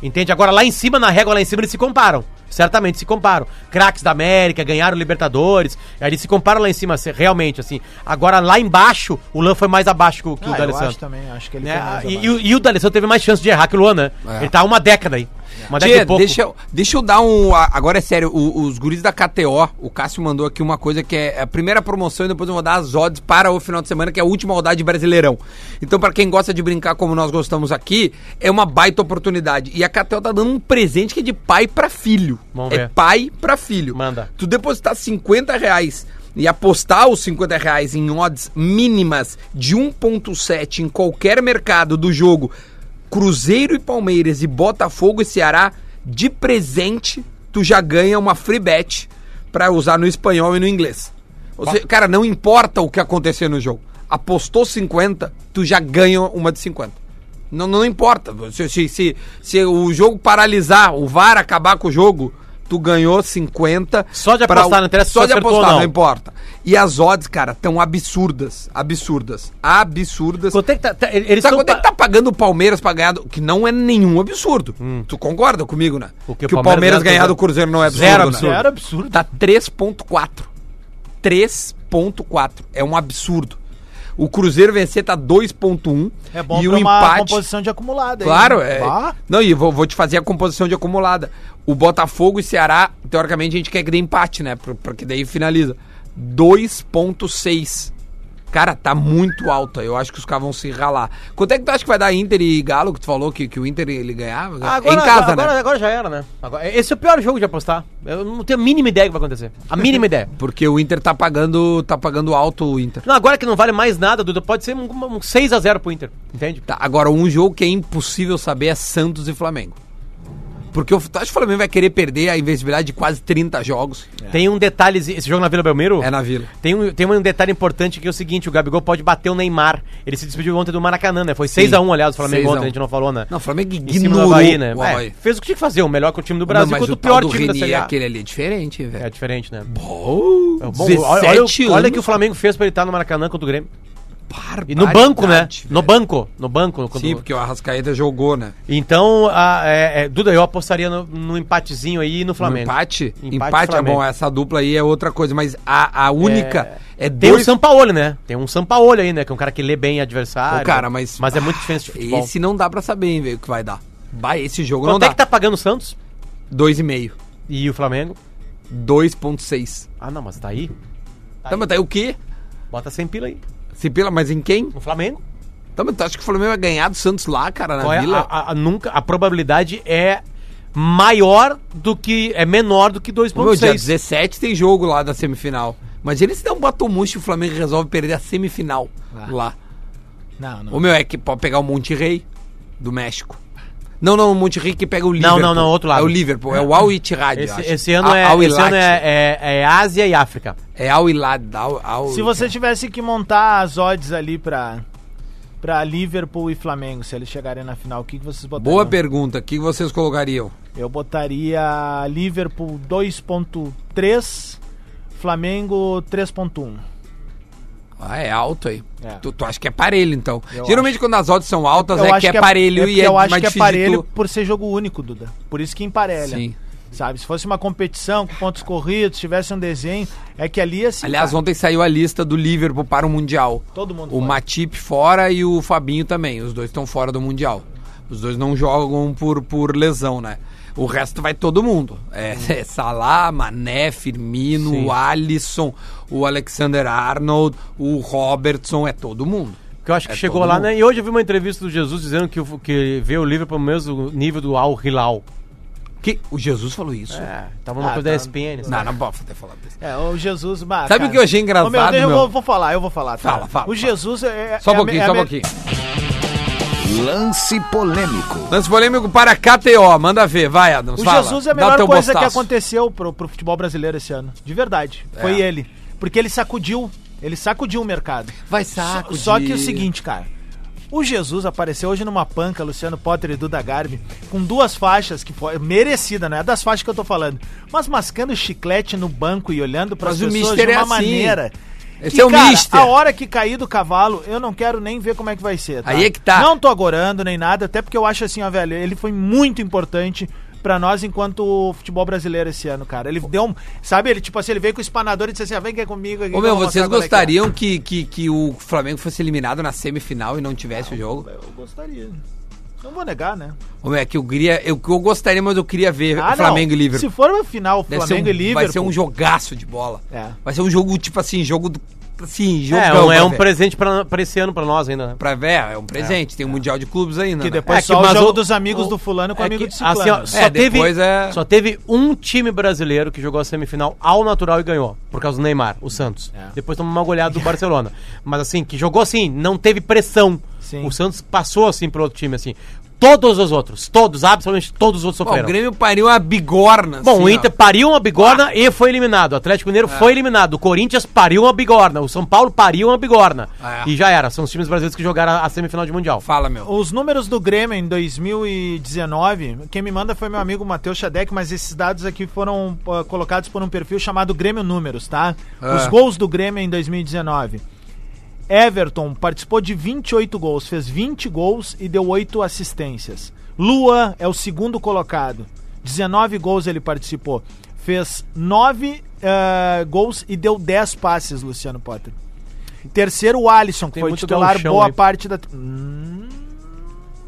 Speaker 3: Entende? Agora lá em cima, na régua lá em cima, eles se comparam. Certamente se comparam. Craques da América, ganharam Libertadores. aí Eles se comparam lá em cima, se- realmente, assim. Agora lá embaixo, o Luan foi mais abaixo que o, que o
Speaker 5: Ah, eu acho
Speaker 3: D'Alessandro.
Speaker 5: também, acho que ele
Speaker 3: Né?
Speaker 5: tem mais
Speaker 3: E,
Speaker 5: abaixo.
Speaker 3: e o- e o D'Alessandro teve mais chance de errar que o Luan, né? Ele tá há uma década aí. Uma década
Speaker 2: Tchê,
Speaker 3: e pouco.
Speaker 2: É. deixa, eu- deixa eu dar um. a- Agora é sério, o- os guris da KTO, o Cássio mandou aqui uma coisa que é a primeira promoção e depois eu vou dar as odds para o final de semana, que é a última rodada de Brasileirão. Então, para quem gosta de brincar como nós gostamos aqui, é uma baita oportunidade. E a KTO tá dando um presente que é de pai para filho.
Speaker 3: Vamos
Speaker 2: é
Speaker 3: ver.
Speaker 2: pai para filho.
Speaker 3: Manda.
Speaker 2: Tu depositar 50 reais e apostar os 50 reais em odds mínimas de 1.7 em qualquer mercado do jogo Cruzeiro e Palmeiras e Botafogo e Ceará, de presente tu já ganha uma free bet pra usar no espanhol e no inglês. Ou seja, cara, não importa o que acontecer no jogo. Apostou 50, tu já ganha uma de 50. Não, não importa. Se, se, se, se o jogo paralisar, o VAR acabar com o jogo, tu ganhou 50.
Speaker 3: Só de
Speaker 2: pra-
Speaker 3: apostar, não interessa se
Speaker 2: Só
Speaker 3: tu
Speaker 2: de
Speaker 3: acertou
Speaker 2: apostar,
Speaker 3: ou
Speaker 2: não.
Speaker 3: não.
Speaker 2: importa. E as odds, cara, tão absurdas. Absurdas. Absurdas.
Speaker 3: Quanto é que tá, tá- eles
Speaker 2: Sabe
Speaker 3: tão
Speaker 2: quanto é
Speaker 3: pa-
Speaker 2: que tá pagando o Palmeiras pra ganhar? do- Que não é nenhum absurdo. Tu concorda comigo, né?
Speaker 3: Hum. O
Speaker 2: que
Speaker 3: que
Speaker 2: o Palmeiras ganhar do
Speaker 3: do
Speaker 2: Cruzeiro não é absurdo.
Speaker 3: Zero
Speaker 2: né?
Speaker 3: absurdo.
Speaker 5: Era absurdo.
Speaker 2: Tá 3.4. 3.4. É um absurdo. O Cruzeiro vencer tá 2.1.
Speaker 5: É bom
Speaker 2: e
Speaker 5: pra
Speaker 2: o
Speaker 5: uma
Speaker 2: empate.
Speaker 5: composição de acumulada. aí,
Speaker 3: um
Speaker 2: Claro,
Speaker 5: né?
Speaker 2: é.
Speaker 5: Bah.
Speaker 2: Não, e vou, vou te fazer a composição de acumulada. O Botafogo e Ceará, teoricamente, a gente quer que dê empate, né? Por- Porque daí finaliza. 2,6. Cara, tá muito alta. Eu acho que os caras vão se ralar. Quanto é que tu acha que vai dar Inter e Galo? Que tu falou que, que o Inter ele ganhava?
Speaker 3: Ah, Agora,
Speaker 2: em casa,
Speaker 3: agora,
Speaker 2: né?
Speaker 3: agora já era, né? Agora- esse é o pior jogo de apostar. Eu não tenho a mínima ideia do que vai acontecer. A mínima ideia.
Speaker 2: Porque o Inter tá pagando, tá pagando alto o Inter.
Speaker 3: Não, agora que não vale mais nada, Duda, pode ser um, um 6x0 pro Inter, entende?
Speaker 2: Tá, agora, um jogo que é impossível saber é Santos e Flamengo. Porque o, tu acha que o Flamengo vai querer perder a invencibilidade de quase 30 jogos?
Speaker 3: Tem um detalhe, esse jogo na Vila Belmiro?
Speaker 2: É na Vila.
Speaker 3: Tem um, tem um detalhe importante que é o seguinte, o Gabigol pode bater o Neymar. Ele se despediu ontem do Maracanã, né? Foi
Speaker 2: Sim.
Speaker 3: 6x1, aliás, o Flamengo
Speaker 2: 6 a 1.
Speaker 3: ontem, a gente não falou, né?
Speaker 2: Não, o Flamengo
Speaker 3: Em cima do
Speaker 2: ignorou
Speaker 3: Havaí, né?
Speaker 2: o
Speaker 3: É,
Speaker 2: Havaí.
Speaker 3: fez o que tinha que fazer, o melhor que o time do
Speaker 2: Brasil
Speaker 3: Brasil
Speaker 2: mas
Speaker 3: contra
Speaker 2: o
Speaker 3: o pior
Speaker 2: do
Speaker 3: time da
Speaker 2: Renier,
Speaker 3: Série A.
Speaker 2: aquele ali é diferente, velho. Oh,
Speaker 3: É diferente, né?
Speaker 2: Bom,
Speaker 3: Bom, olha, olha, o- olha que o Flamengo fez pra ele estar no Maracanã contra o Grêmio. E no banco, né? No banco, no banco. quando-
Speaker 2: Sim, porque o Arrascaeta jogou, né?
Speaker 3: Então, a- é- é, Duda, eu apostaria no, no empatezinho aí e no
Speaker 2: No
Speaker 3: Flamengo.
Speaker 2: empate, empate,
Speaker 3: Empate,
Speaker 2: é
Speaker 3: Flamengo.
Speaker 2: bom, essa dupla aí é outra coisa, mas a, a única é,
Speaker 3: Tem o
Speaker 2: dois...
Speaker 3: Sampaoli, né? Tem um Sampaoli aí, né? Que é um cara que lê bem adversário.
Speaker 2: Ô, cara, mas- Ah,
Speaker 3: Mas é muito diferente de futebol.
Speaker 2: Esse não dá pra saber, hein, velho, o que vai dar. Vai, esse jogo
Speaker 3: Quanto
Speaker 2: não
Speaker 3: é que
Speaker 2: dá.
Speaker 3: tá pagando o Santos
Speaker 2: 2,5.
Speaker 3: e o Flamengo?
Speaker 2: 2,6.
Speaker 3: Ah, não, mas tá aí.
Speaker 2: Tá, mas tá aí o quê?
Speaker 3: Bota 100 pila aí.
Speaker 2: Se pela, mas em quem?
Speaker 3: No Flamengo.
Speaker 2: Tá, mas tu acha que o Flamengo vai ganhar do Santos lá, cara, na
Speaker 3: Qual é?
Speaker 2: Vila?
Speaker 3: A, a- a- nunca, a probabilidade é maior do que... É menor do que
Speaker 2: Meu, dia
Speaker 3: 2.6.
Speaker 2: 17 tem jogo lá da semifinal. Imagina se dá um batomuxo e o Flamengo resolve perder a semifinal lá.
Speaker 5: Não, não.
Speaker 2: O meu é que pode pegar o Monterrey do México. Não, não, o Monterrey que pega o
Speaker 3: Não,
Speaker 2: Liverpool.
Speaker 3: não, não, outro lado.
Speaker 2: É o Liverpool, é o Al Ittihad. eu
Speaker 3: Esse,
Speaker 2: acho. Ah,
Speaker 3: esse ano,
Speaker 2: A-
Speaker 3: é,
Speaker 2: Al
Speaker 3: esse ano
Speaker 2: Hilal.
Speaker 3: é, é, é Ásia e África.
Speaker 2: É Al Hilal. Al, Al
Speaker 5: Se você tivesse que montar as odds ali pra, pra Liverpool e Flamengo, se eles chegarem na final, o que, que vocês botariam?
Speaker 2: Boa pergunta, o que vocês colocariam?
Speaker 5: Eu botaria Liverpool 2.3, Flamengo 3.1.
Speaker 2: Ah, é alto aí.
Speaker 5: É.
Speaker 2: Tu, tu acha que é parelho, então.
Speaker 5: Eu
Speaker 2: Geralmente quando as odds são altas é que é parelho
Speaker 5: é
Speaker 2: e é
Speaker 5: Eu acho
Speaker 2: mais
Speaker 5: que é
Speaker 2: difícil de
Speaker 5: parelho
Speaker 2: tu-
Speaker 5: por ser jogo único, Duda. Por isso que emparelha.
Speaker 2: Sim.
Speaker 5: Sabe? Se fosse uma competição com pontos corridos, tivesse um desenho, é que ali assim.
Speaker 2: Aliás,
Speaker 5: cara,
Speaker 2: ontem saiu a lista do Liverpool para o Mundial.
Speaker 5: todo mundo.
Speaker 2: O
Speaker 5: pode.
Speaker 2: Matip fora e o Fabinho também. Os dois estão fora do Mundial. Os dois não jogam por, por lesão, né? O resto vai todo mundo. É,
Speaker 5: Hum.
Speaker 2: é Salah, Mané, Firmino, o Alisson, o Alexander Arnold, o Robertson, é todo mundo.
Speaker 3: Que eu acho que
Speaker 2: É
Speaker 3: chegou
Speaker 2: todo
Speaker 3: lá,
Speaker 2: mundo.
Speaker 3: né? E hoje eu vi uma entrevista do Jesus dizendo que, o- que vê o Liverpool pelo mesmo nível do Al Hilal.
Speaker 2: Que, o Jesus falou isso?
Speaker 3: É, tava uma
Speaker 5: Ah,
Speaker 3: coisa da
Speaker 5: tá.
Speaker 3: né? SPN.
Speaker 2: Não, não posso ter falado isso.
Speaker 5: É, o Jesus. bah,
Speaker 2: Sabe o que eu achei
Speaker 5: Ô,
Speaker 2: engraçado,
Speaker 5: meu, deixa eu
Speaker 2: meu?
Speaker 5: vou, vou falar, eu vou falar. tá?
Speaker 2: Fala, fala,
Speaker 5: O
Speaker 2: fala.
Speaker 5: Jesus é.
Speaker 2: Só um
Speaker 5: é a me-
Speaker 2: pouquinho,
Speaker 5: é
Speaker 2: só um
Speaker 5: a me-
Speaker 2: pouquinho.
Speaker 4: Lance polêmico.
Speaker 2: Lance polêmico para KTO. Manda ver, vai, Adams.
Speaker 5: O
Speaker 2: fala.
Speaker 5: Jesus é a
Speaker 2: Dá
Speaker 5: melhor
Speaker 2: teu
Speaker 5: coisa que
Speaker 2: bostaço. É.
Speaker 5: aconteceu pro, pro futebol brasileiro esse ano. De verdade. Foi ele. Porque ele sacudiu. Ele sacudiu o mercado.
Speaker 2: Vai
Speaker 5: Só,
Speaker 2: saco.
Speaker 5: só que
Speaker 2: de-
Speaker 5: o seguinte, cara. O Jesus apareceu hoje numa panca, Luciano Potter e Duda Garbi, com duas faixas que foi merecida, não é das faixas que eu tô falando, mas mascando chiclete no banco e olhando para as
Speaker 2: Mas o
Speaker 5: pessoas de
Speaker 2: Mister é
Speaker 5: uma
Speaker 2: assim.
Speaker 5: maneira
Speaker 2: Esse
Speaker 5: que,
Speaker 2: é o
Speaker 5: cara,
Speaker 2: mister.
Speaker 5: A hora que cair do cavalo, eu não quero nem ver como é que vai ser.
Speaker 2: Aí é que tá.
Speaker 5: Não tô agorando nem nada, até porque eu acho assim, ó, velho, ele foi muito importante pra nós enquanto futebol brasileiro esse ano, cara. Ele deu um. Sabe, ele tipo assim, ele veio com o espanador e disse assim: ah, vem que é comigo aqui.
Speaker 2: Ô
Speaker 5: que
Speaker 2: meu,
Speaker 5: eu vou
Speaker 2: vocês
Speaker 5: mostrar como é que é."
Speaker 2: gostariam que, que, que o Flamengo fosse eliminado na semifinal e não tivesse o jogo?
Speaker 5: é." Eu gostaria. Não vou negar, né?
Speaker 2: Ô meu, é que eu queria. Eu, eu gostaria, mas eu queria ver
Speaker 5: Ah, não.
Speaker 2: É Flamengo e Liverpool.
Speaker 5: Se for uma final
Speaker 2: Deve ser
Speaker 5: Flamengo
Speaker 2: um-
Speaker 5: e Liverpool.
Speaker 2: Vai ser um jogaço de bola.
Speaker 5: É.
Speaker 2: Vai ser um jogo, tipo assim, jogo do. Assim, jogão.
Speaker 3: É, um, é
Speaker 2: pra
Speaker 3: um
Speaker 2: ver.
Speaker 3: presente pra, pra esse ano pra nós ainda. né?
Speaker 2: Pra ver, é um presente. Tem o Mundial de Clubes ainda.
Speaker 5: Que
Speaker 2: né?
Speaker 5: depois
Speaker 3: É que-
Speaker 5: só o
Speaker 3: mas
Speaker 5: jogo
Speaker 3: o-
Speaker 5: dos amigos
Speaker 3: o-
Speaker 5: do fulano com
Speaker 3: é
Speaker 5: amigo
Speaker 3: que,
Speaker 5: do ciclano.
Speaker 3: assim, ó, só,
Speaker 2: É,
Speaker 3: teve,
Speaker 2: depois é-
Speaker 3: só teve um time brasileiro que jogou a semifinal ao natural e ganhou, por causa do Neymar, o Santos.
Speaker 5: É.
Speaker 3: Depois tomou uma goleada do Barcelona. Mas assim, que jogou assim, não teve pressão.
Speaker 5: Sim.
Speaker 3: O Santos passou assim pro outro time, assim. Todos os outros, todos, absolutamente todos os outros
Speaker 2: Bom, o
Speaker 3: sofreram.
Speaker 2: Grêmio pariu uma bigorna.
Speaker 3: Bom,
Speaker 2: assim,
Speaker 3: o Inter
Speaker 2: ó. Ah. É.
Speaker 3: pariu uma bigorna e foi eliminado. O Atlético Mineiro foi eliminado. O Corinthians pariu uma bigorna. O São Paulo pariu uma bigorna.
Speaker 2: Ah, é.
Speaker 3: E já era. São os times brasileiros que jogaram a- a semifinal de Mundial.
Speaker 2: Fala, meu.
Speaker 5: Os números do Grêmio em 2019, quem me manda foi meu amigo Matheus Xadec, mas esses dados aqui foram ah, colocados por um perfil chamado Grêmio Números, tá?
Speaker 2: Ah.
Speaker 5: Os gols do Grêmio em 2019. Everton participou de 28 gols, fez 20 gols e deu 8 assistências. Luan é o segundo colocado. 19 gols ele participou. Fez 9 ah, gols e deu 10 passes, Luciano Potter. Terceiro, o Alisson, que
Speaker 3: Tem
Speaker 5: foi
Speaker 3: muito
Speaker 5: titular
Speaker 3: gauchão
Speaker 5: boa
Speaker 3: aí.
Speaker 5: parte da. Hum,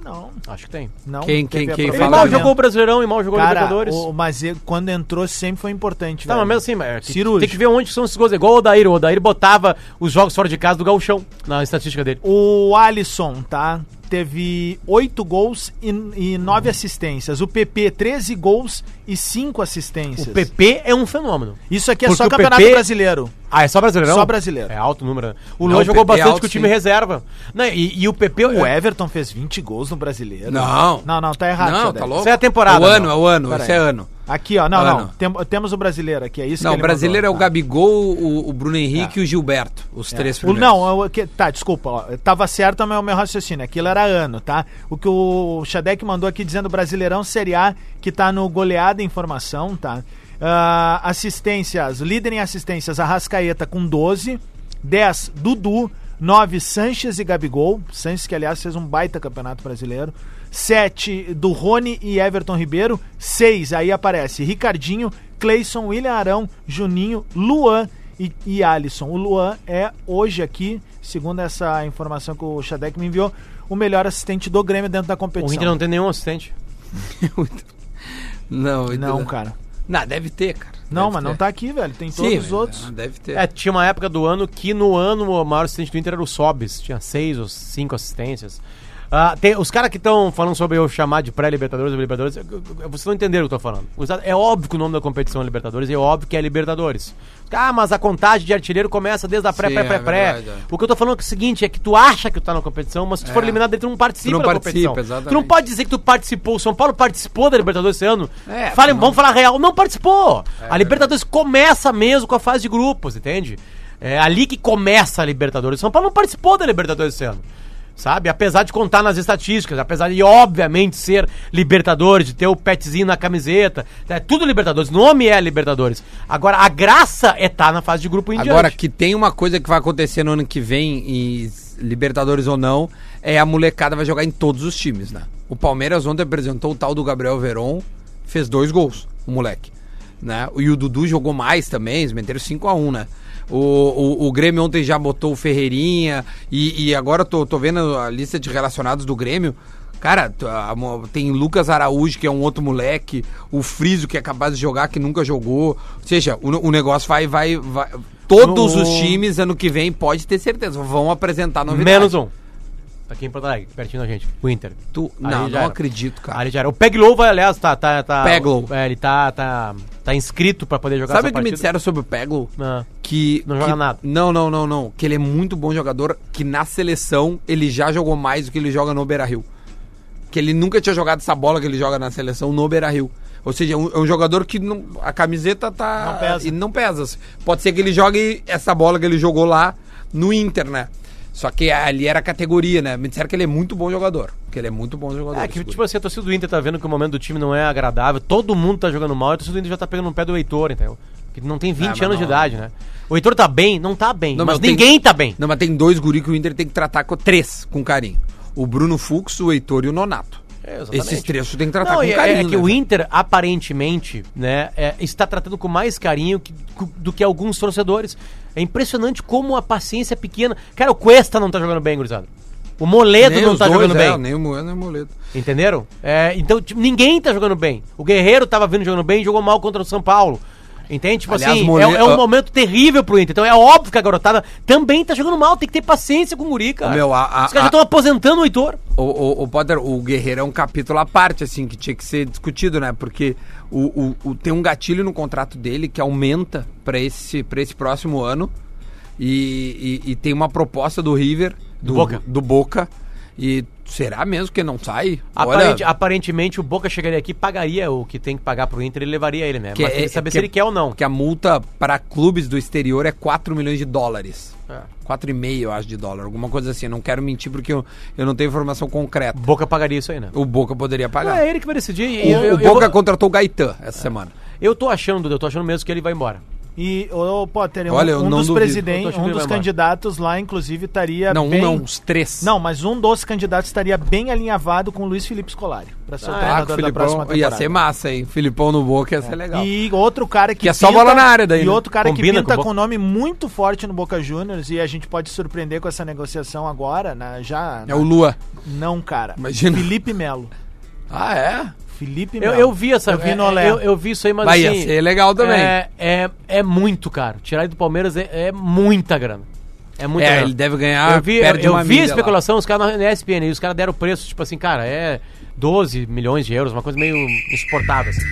Speaker 5: não,
Speaker 3: Acho que tem.
Speaker 5: não.
Speaker 2: Quem- quem-
Speaker 5: Teve
Speaker 2: quem
Speaker 3: Ele
Speaker 2: fala
Speaker 5: aproveitamento.
Speaker 3: mal
Speaker 2: mesmo.
Speaker 3: jogou o Brasileirão e mal jogou o
Speaker 5: Cara,
Speaker 3: Libertadores.
Speaker 5: o, mas ele- quando entrou sempre foi importante.
Speaker 3: Tá,
Speaker 5: velho.
Speaker 3: mas mesmo assim, mas tem-
Speaker 5: Cirúrgico.
Speaker 3: tem que ver onde são esses gols. É Igual o Odair. O Odair botava os jogos fora de casa do Galchão na estatística dele.
Speaker 5: O Alisson, tá? Teve 8 gols e, e 9 assistências. O PP, 13 gols e 5 assistências.
Speaker 3: O PP é um fenômeno.
Speaker 5: Isso aqui é
Speaker 3: Porque
Speaker 5: só
Speaker 3: o
Speaker 5: campeonato
Speaker 3: PP
Speaker 5: brasileiro.
Speaker 3: Ah, é só brasileirão?
Speaker 5: Só brasileiro.
Speaker 3: É alto o número. né? O
Speaker 2: Não,
Speaker 3: Luan
Speaker 2: o
Speaker 3: jogou
Speaker 2: PP é
Speaker 3: bastante
Speaker 2: alto,
Speaker 3: com o time
Speaker 2: sim.
Speaker 3: reserva. Não, e, e o PP.
Speaker 5: O Everton fez 20 gols no brasileiro.
Speaker 2: É. Não.
Speaker 5: Não, não, tá errado.
Speaker 2: Não,
Speaker 5: Xadrez.
Speaker 2: tá louco.
Speaker 3: Isso é a temporada,
Speaker 2: É o ano,
Speaker 3: não.
Speaker 2: é o ano.
Speaker 5: Pera
Speaker 2: Esse é
Speaker 5: aí.
Speaker 2: ano.
Speaker 5: Aqui, ó. Não,
Speaker 2: Ah,
Speaker 5: não.
Speaker 2: não.
Speaker 5: Tem- temos o brasileiro aqui, é isso
Speaker 2: Não,
Speaker 5: que
Speaker 2: o
Speaker 5: ele
Speaker 2: brasileiro é
Speaker 5: mandou,
Speaker 2: o
Speaker 5: tá?
Speaker 2: Gabigol, o, o Bruno Henrique e o Gilberto. Os três
Speaker 5: É. O,
Speaker 2: primeiros.
Speaker 5: não, eu- que- tá, desculpa. Ó, eu tava certo, mas é o meu raciocínio. Aquilo era ano, tá? O que o Xadec mandou aqui dizendo Brasileirão Série A, que tá no goleada informação, tá? Ah, assistências, líder em assistências, Arrascaeta com 12, 10, Dudu, 9, Sanches e Gabigol. Sanches, que aliás fez um baita campeonato brasileiro. 7 do Rony e Everton Ribeiro. 6, aí aparece Ricardinho, Cleison, William Arão, Juninho, Luan e, e Alisson. O Luan é hoje aqui, segundo essa informação que o Xadec me enviou, o melhor assistente do Grêmio dentro da
Speaker 3: O
Speaker 5: competição.
Speaker 3: Inter não tem nenhum assistente.
Speaker 2: Não,
Speaker 5: Não, cara.
Speaker 2: Não, né? deve ter, cara.
Speaker 5: Não,
Speaker 2: Deve
Speaker 5: mas não
Speaker 2: ter.
Speaker 5: tá aqui, velho. Tem
Speaker 2: Sim,
Speaker 5: todos os
Speaker 2: mas,
Speaker 5: outros.
Speaker 2: ah, Deve ter.
Speaker 3: É, tinha uma época do ano que no ano o maior assistente do Inter era o Sobis, tinha seis ou cinco assistências. Ah, tem, os caras que estão falando sobre eu chamar de pré-Libertadores ou Libertadores, eu- eu- eu- vocês não entenderam o que eu tô falando. Os- É óbvio que o nome da competição é Libertadores e é óbvio que é Libertadores. Ah, mas a contagem de artilheiro começa desde a
Speaker 2: Sim,
Speaker 3: pré-pré-pré-pré.
Speaker 2: é verdade, é.
Speaker 3: o que eu tô falando é, que é o seguinte, é que tu acha que tu tá na competição, mas se tu for eliminado, tu não participa
Speaker 2: Tu não
Speaker 3: da competição.
Speaker 2: participa, exatamente.
Speaker 3: Tu não pode dizer que tu participou. O São Paulo participou da Libertadores esse ano.
Speaker 2: É,
Speaker 3: Falem,
Speaker 2: não-
Speaker 3: vamos falar real. Não participou.
Speaker 2: É
Speaker 3: a Libertadores começa mesmo com a fase de grupos, entende? É ali que começa a Libertadores. O São Paulo não participou da Libertadores esse ano. Sabe? Apesar de contar nas estatísticas, apesar de, obviamente, ser Libertadores, de ter o petzinho na camiseta, é tudo Libertadores, o nome é Libertadores. Agora, a graça é estar na fase de grupo em
Speaker 2: Agora,
Speaker 3: diante.
Speaker 2: que tem uma coisa que vai acontecer no ano que vem, e Libertadores ou não, é a molecada vai jogar em todos os times, né? O Palmeiras ontem apresentou o tal do Gabriel Veron, fez dois gols, o moleque. Né? E o Dudu jogou mais também, eles meteram 5x1, né? O, o, o Grêmio ontem já botou o Ferreirinha, e, e agora eu tô, tô vendo a lista de relacionados do Grêmio. Cara, t- a mo- tem Lucas Araújo, que é um outro moleque, o Friso, que é capaz de jogar, que nunca jogou. Ou seja, o, ne- o negócio vai, vai, vai. Todos
Speaker 3: No-
Speaker 2: os times ano que vem, pode ter certeza, vão apresentar novidades.
Speaker 3: Menos um. Aqui em Porto Alegre, pertinho da gente. O Inter.
Speaker 2: Tu...
Speaker 3: Aí
Speaker 2: Não,
Speaker 3: já
Speaker 2: não
Speaker 3: era.
Speaker 2: acredito, cara.
Speaker 3: Ah, ele já era. O Peglow, vai, aliás, tá. tá, tá
Speaker 2: Peglow.
Speaker 3: É, ele tá, tá, tá inscrito pra poder jogar
Speaker 2: Sabe o que
Speaker 3: essa
Speaker 2: me
Speaker 3: partida.
Speaker 2: disseram sobre o Peglo?
Speaker 3: Ah.
Speaker 2: Que.
Speaker 3: Não
Speaker 2: que-
Speaker 3: joga nada.
Speaker 2: Não, não, não, não. Que ele é muito bom jogador, que na seleção ele já jogou mais do que ele joga no Beira Rio. Que ele nunca tinha jogado essa bola que ele joga na seleção no Beira Rio. Ou seja, é um, é um jogador que não- a camiseta tá.
Speaker 5: Não pesa.
Speaker 2: E não pesa. Pode ser que ele jogue essa bola que ele jogou lá no Inter, né? Só que ali era a categoria, né? Me disseram que ele é muito bom jogador. Que ele é muito bom jogador.
Speaker 3: É
Speaker 2: esse
Speaker 3: que,
Speaker 2: guri.
Speaker 3: tipo assim, a torcida do Inter tá vendo que o momento do time não é agradável, todo mundo tá jogando mal, e a torcida do Inter já tá pegando no pé do Heitor, entendeu? Que não tem
Speaker 2: Ah, mas
Speaker 3: 20 anos de
Speaker 2: não.
Speaker 3: idade, né? O Heitor tá bem? Não tá bem.
Speaker 2: Não,
Speaker 3: mas
Speaker 2: mas tem-
Speaker 3: ninguém tá bem.
Speaker 2: Não, mas tem dois guri que o Inter tem que tratar com três com carinho. O Bruno Fux, o Heitor e o Nonato.
Speaker 3: É, exatamente.
Speaker 2: Esses três tu tem que tratar
Speaker 3: Não,
Speaker 2: com
Speaker 3: é,
Speaker 2: carinho.
Speaker 3: é que
Speaker 2: né,
Speaker 3: o
Speaker 2: cara?
Speaker 3: Inter, aparentemente, né, é, está tratando com mais carinho que- do que alguns torcedores. É impressionante como a paciência é pequena. Cara, o Cuesta não tá jogando bem, gurizada. O Moledo
Speaker 2: Nem
Speaker 3: não
Speaker 2: os
Speaker 3: tá
Speaker 2: dois,
Speaker 3: jogando
Speaker 2: é,
Speaker 3: bem.
Speaker 2: Nem o Moeda, nem o Moledo.
Speaker 3: Entenderam? É, então, tipo, ninguém tá jogando bem. O Guerreiro tava vindo jogando bem e jogou mal contra o São Paulo. Entende? Tipo
Speaker 2: Aliás,
Speaker 3: assim,
Speaker 2: Mole-
Speaker 3: é, é um
Speaker 2: ah.
Speaker 3: momento terrível pro Inter. Então é óbvio que a garotada também tá jogando mal. Tem que ter paciência com o Guri, cara.
Speaker 2: Meu, a- a-
Speaker 3: Os caras já
Speaker 2: a-
Speaker 3: estão aposentando o Heitor.
Speaker 2: O, o, o Potter, o Guerreiro é um capítulo à parte, assim, que tinha que ser discutido, né? Porque o, o, o- tem um gatilho no contrato dele que aumenta pra esse, pra esse próximo ano. E, e, e tem uma proposta do River, do,
Speaker 3: Boca.
Speaker 2: do Boca. E será mesmo que não sai?
Speaker 3: Aparente- aparentemente o Boca chegaria aqui, pagaria o que tem que pagar pro Inter e levaria ele, né?
Speaker 2: Que
Speaker 3: Mas
Speaker 2: é-
Speaker 3: tem que saber
Speaker 2: que
Speaker 3: se
Speaker 2: é-
Speaker 3: ele quer ou não.
Speaker 2: que a multa pra clubes do exterior é 4 milhões de dólares.
Speaker 3: É.
Speaker 2: 4,5, eu acho, de dólar. Alguma coisa assim. Eu não quero mentir porque eu, eu não tenho informação concreta.
Speaker 3: Boca pagaria isso aí, né?
Speaker 2: é- O Boca poderia pagar.
Speaker 3: Ah, é ele que vai decidir. e
Speaker 2: O,
Speaker 3: eu, É. eu,
Speaker 2: o Boca
Speaker 3: eu,
Speaker 2: contratou o Gaetan essa semana.
Speaker 3: eu tô achando, Duda, eu tô achando mesmo que ele vai embora.
Speaker 5: E o Potter, um,
Speaker 2: Olha, eu
Speaker 5: um
Speaker 2: não
Speaker 5: dos
Speaker 2: duvido.
Speaker 5: presidentes,
Speaker 3: Eu tô achando
Speaker 5: um
Speaker 3: que
Speaker 5: dos
Speaker 3: ele vai
Speaker 5: candidatos lá, inclusive, estaria
Speaker 2: Não,
Speaker 5: bem...
Speaker 2: um não, uns três.
Speaker 5: Não, mas um dos candidatos estaria bem alinhavado com o Luiz Felipe Scolari para ser o
Speaker 3: Ah,
Speaker 2: Ah,
Speaker 3: é,
Speaker 5: treinador
Speaker 2: com o
Speaker 5: da próxima
Speaker 2: Filipão
Speaker 5: temporada.
Speaker 2: ia ser massa, hein? Filipão no Boca ia ser legal.
Speaker 5: E outro cara que,
Speaker 2: Que é só bola na área daí,
Speaker 5: E
Speaker 2: né?
Speaker 5: outro cara que
Speaker 3: Combina com
Speaker 5: pinta
Speaker 3: o Boca.
Speaker 5: com um nome muito forte no Boca Juniors e a gente pode surpreender com essa negociação agora, né? já
Speaker 2: É o Lua.
Speaker 5: não, cara.
Speaker 2: Imagina.
Speaker 5: Felipe Melo.
Speaker 2: Ah, é?
Speaker 5: Felipe
Speaker 3: Eu,
Speaker 5: Melo.
Speaker 3: eu vi essa.
Speaker 5: Eu vi
Speaker 3: é,
Speaker 5: no Olé.
Speaker 3: eu, eu vi isso aí, mas assim,
Speaker 2: Vai, ia ser legal também.
Speaker 3: É, é, é muito caro. Tirar ele do Palmeiras é, é muita grana. É muita
Speaker 2: é,
Speaker 3: grana.
Speaker 2: ele deve ganhar.
Speaker 3: eu vi, eu,
Speaker 2: perde
Speaker 3: eu
Speaker 2: uma
Speaker 3: vi a
Speaker 2: milha lá.
Speaker 3: especulação, os caras na, na ESPN, e os caras deram o preço, tipo assim, cara, é 12 milhões de euros, uma coisa meio insuportável. Assim.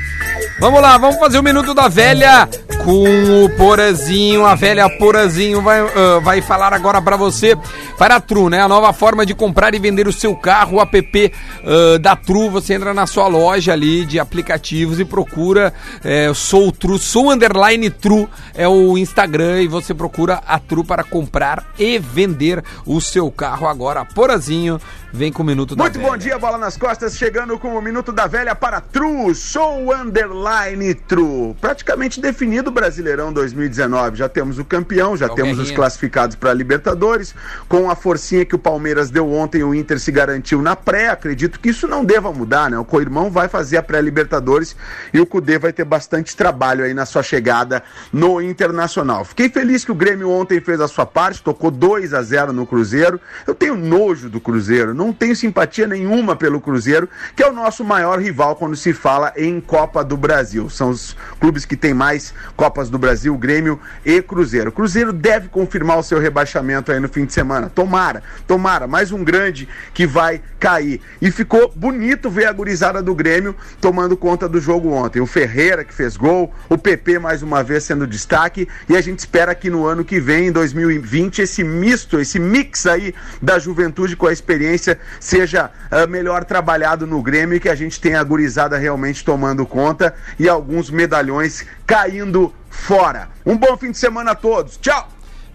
Speaker 2: Vamos lá, vamos fazer o minuto da velha com o Porazinho. A velha Porazinho vai, ah, vai falar agora pra você. Para a Tru, né? A nova forma de comprar e vender o seu carro, o app ah, da Tru. Você entra na sua loja ali de aplicativos e procura eh, Sou Tru, Sou Underline Tru é o Instagram e você procura a Tru para comprar e vender o seu carro agora. Porazinho, vem com o minuto da
Speaker 6: Muito
Speaker 2: velha.
Speaker 6: bom dia, bola nas costas, chegando com o Minuto da Velha para Tru, sou underline Tru. Praticamente definido o Brasileirão 2019. Já temos o campeão, já
Speaker 2: É o
Speaker 6: temos os
Speaker 2: Guerrinha.
Speaker 6: classificados para a Libertadores. Com a forcinha que o Palmeiras deu ontem, o Inter se garantiu na pré. Acredito que isso não deva mudar, né? O Coirmão vai fazer a pré-Libertadores e o Cudê vai ter bastante trabalho aí na sua chegada no Internacional. Fiquei feliz que o Grêmio ontem fez a sua parte, tocou 2 a 0 no Cruzeiro. Eu tenho nojo do Cruzeiro, não tenho simpatia nenhuma pelo Cruzeiro, que é o nosso maior rival quando se fala em Copa do Brasil. São os clubes que têm mais Copas do Brasil, Grêmio e Cruzeiro. Cruzeiro deve confirmar o seu rebaixamento aí no fim de semana. Tomara, tomara, mais um grande que vai cair. E ficou bonito ver a gurizada do Grêmio tomando conta do jogo ontem. O Ferreira que fez gol, o PP mais uma vez sendo destaque e a gente espera que no ano que vem, em 2020, esse misto, esse mix aí da juventude com a experiência seja ah, melhor trabalhado no Grêmio e que a gente tenha a gurizada realmente tomando conta e alguns medalhões caindo fora. Um bom fim de semana a todos. Tchau!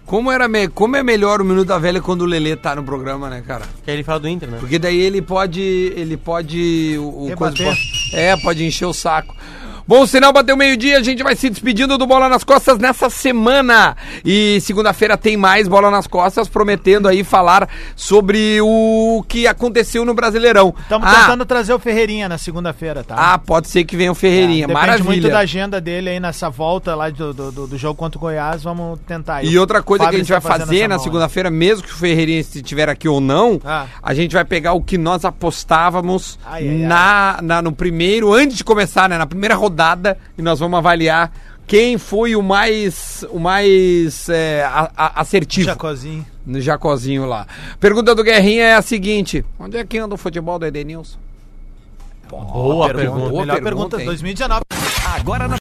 Speaker 2: Como, era me- como é melhor o Minuto da Velha quando o Lelê tá no programa, né, cara?
Speaker 3: Que aí ele fala do Inter, né?
Speaker 2: Porque daí ele pode. Ele pode. O, o
Speaker 5: Rebater.
Speaker 2: pode- é, pode encher o saco. Bom, o sinal bateu meio-dia, a gente vai se despedindo do Bola nas Costas nessa semana. E segunda-feira tem mais Bola nas Costas, prometendo aí falar sobre o que aconteceu no Brasileirão.
Speaker 5: Estamos
Speaker 2: ah,
Speaker 5: tentando trazer o Ferreirinha na segunda-feira, tá?
Speaker 2: ah, pode ser que venha o Ferreirinha.
Speaker 5: Depende
Speaker 2: Maravilha.
Speaker 5: muito da agenda dele aí nessa volta lá do, do, do- do jogo contra o Goiás. Vamos tentar aí.
Speaker 2: E outra coisa
Speaker 5: O
Speaker 2: que a
Speaker 5: Fábio
Speaker 2: gente vai
Speaker 5: está fazendo
Speaker 2: fazer
Speaker 5: essa
Speaker 2: na
Speaker 5: mão, né?
Speaker 2: segunda-feira, mesmo que o Ferreirinha estiver aqui ou não,
Speaker 5: Ah.
Speaker 2: a gente vai pegar o que nós apostávamos
Speaker 5: Ai, ai, ai.
Speaker 2: na, na- no primeiro, antes de começar, né, na primeira rodada, e nós vamos avaliar quem foi o mais o mais é, a- a- assertivo
Speaker 5: Jacozinho.
Speaker 2: no Jacozinho lá. Pergunta do Guerrinha é a seguinte: onde é que anda o futebol do Edenilson?
Speaker 3: Boa,
Speaker 2: pergunta.
Speaker 5: Melhor
Speaker 2: pergunta,
Speaker 5: pergunta,
Speaker 2: hein?
Speaker 5: 2019.
Speaker 1: Agora na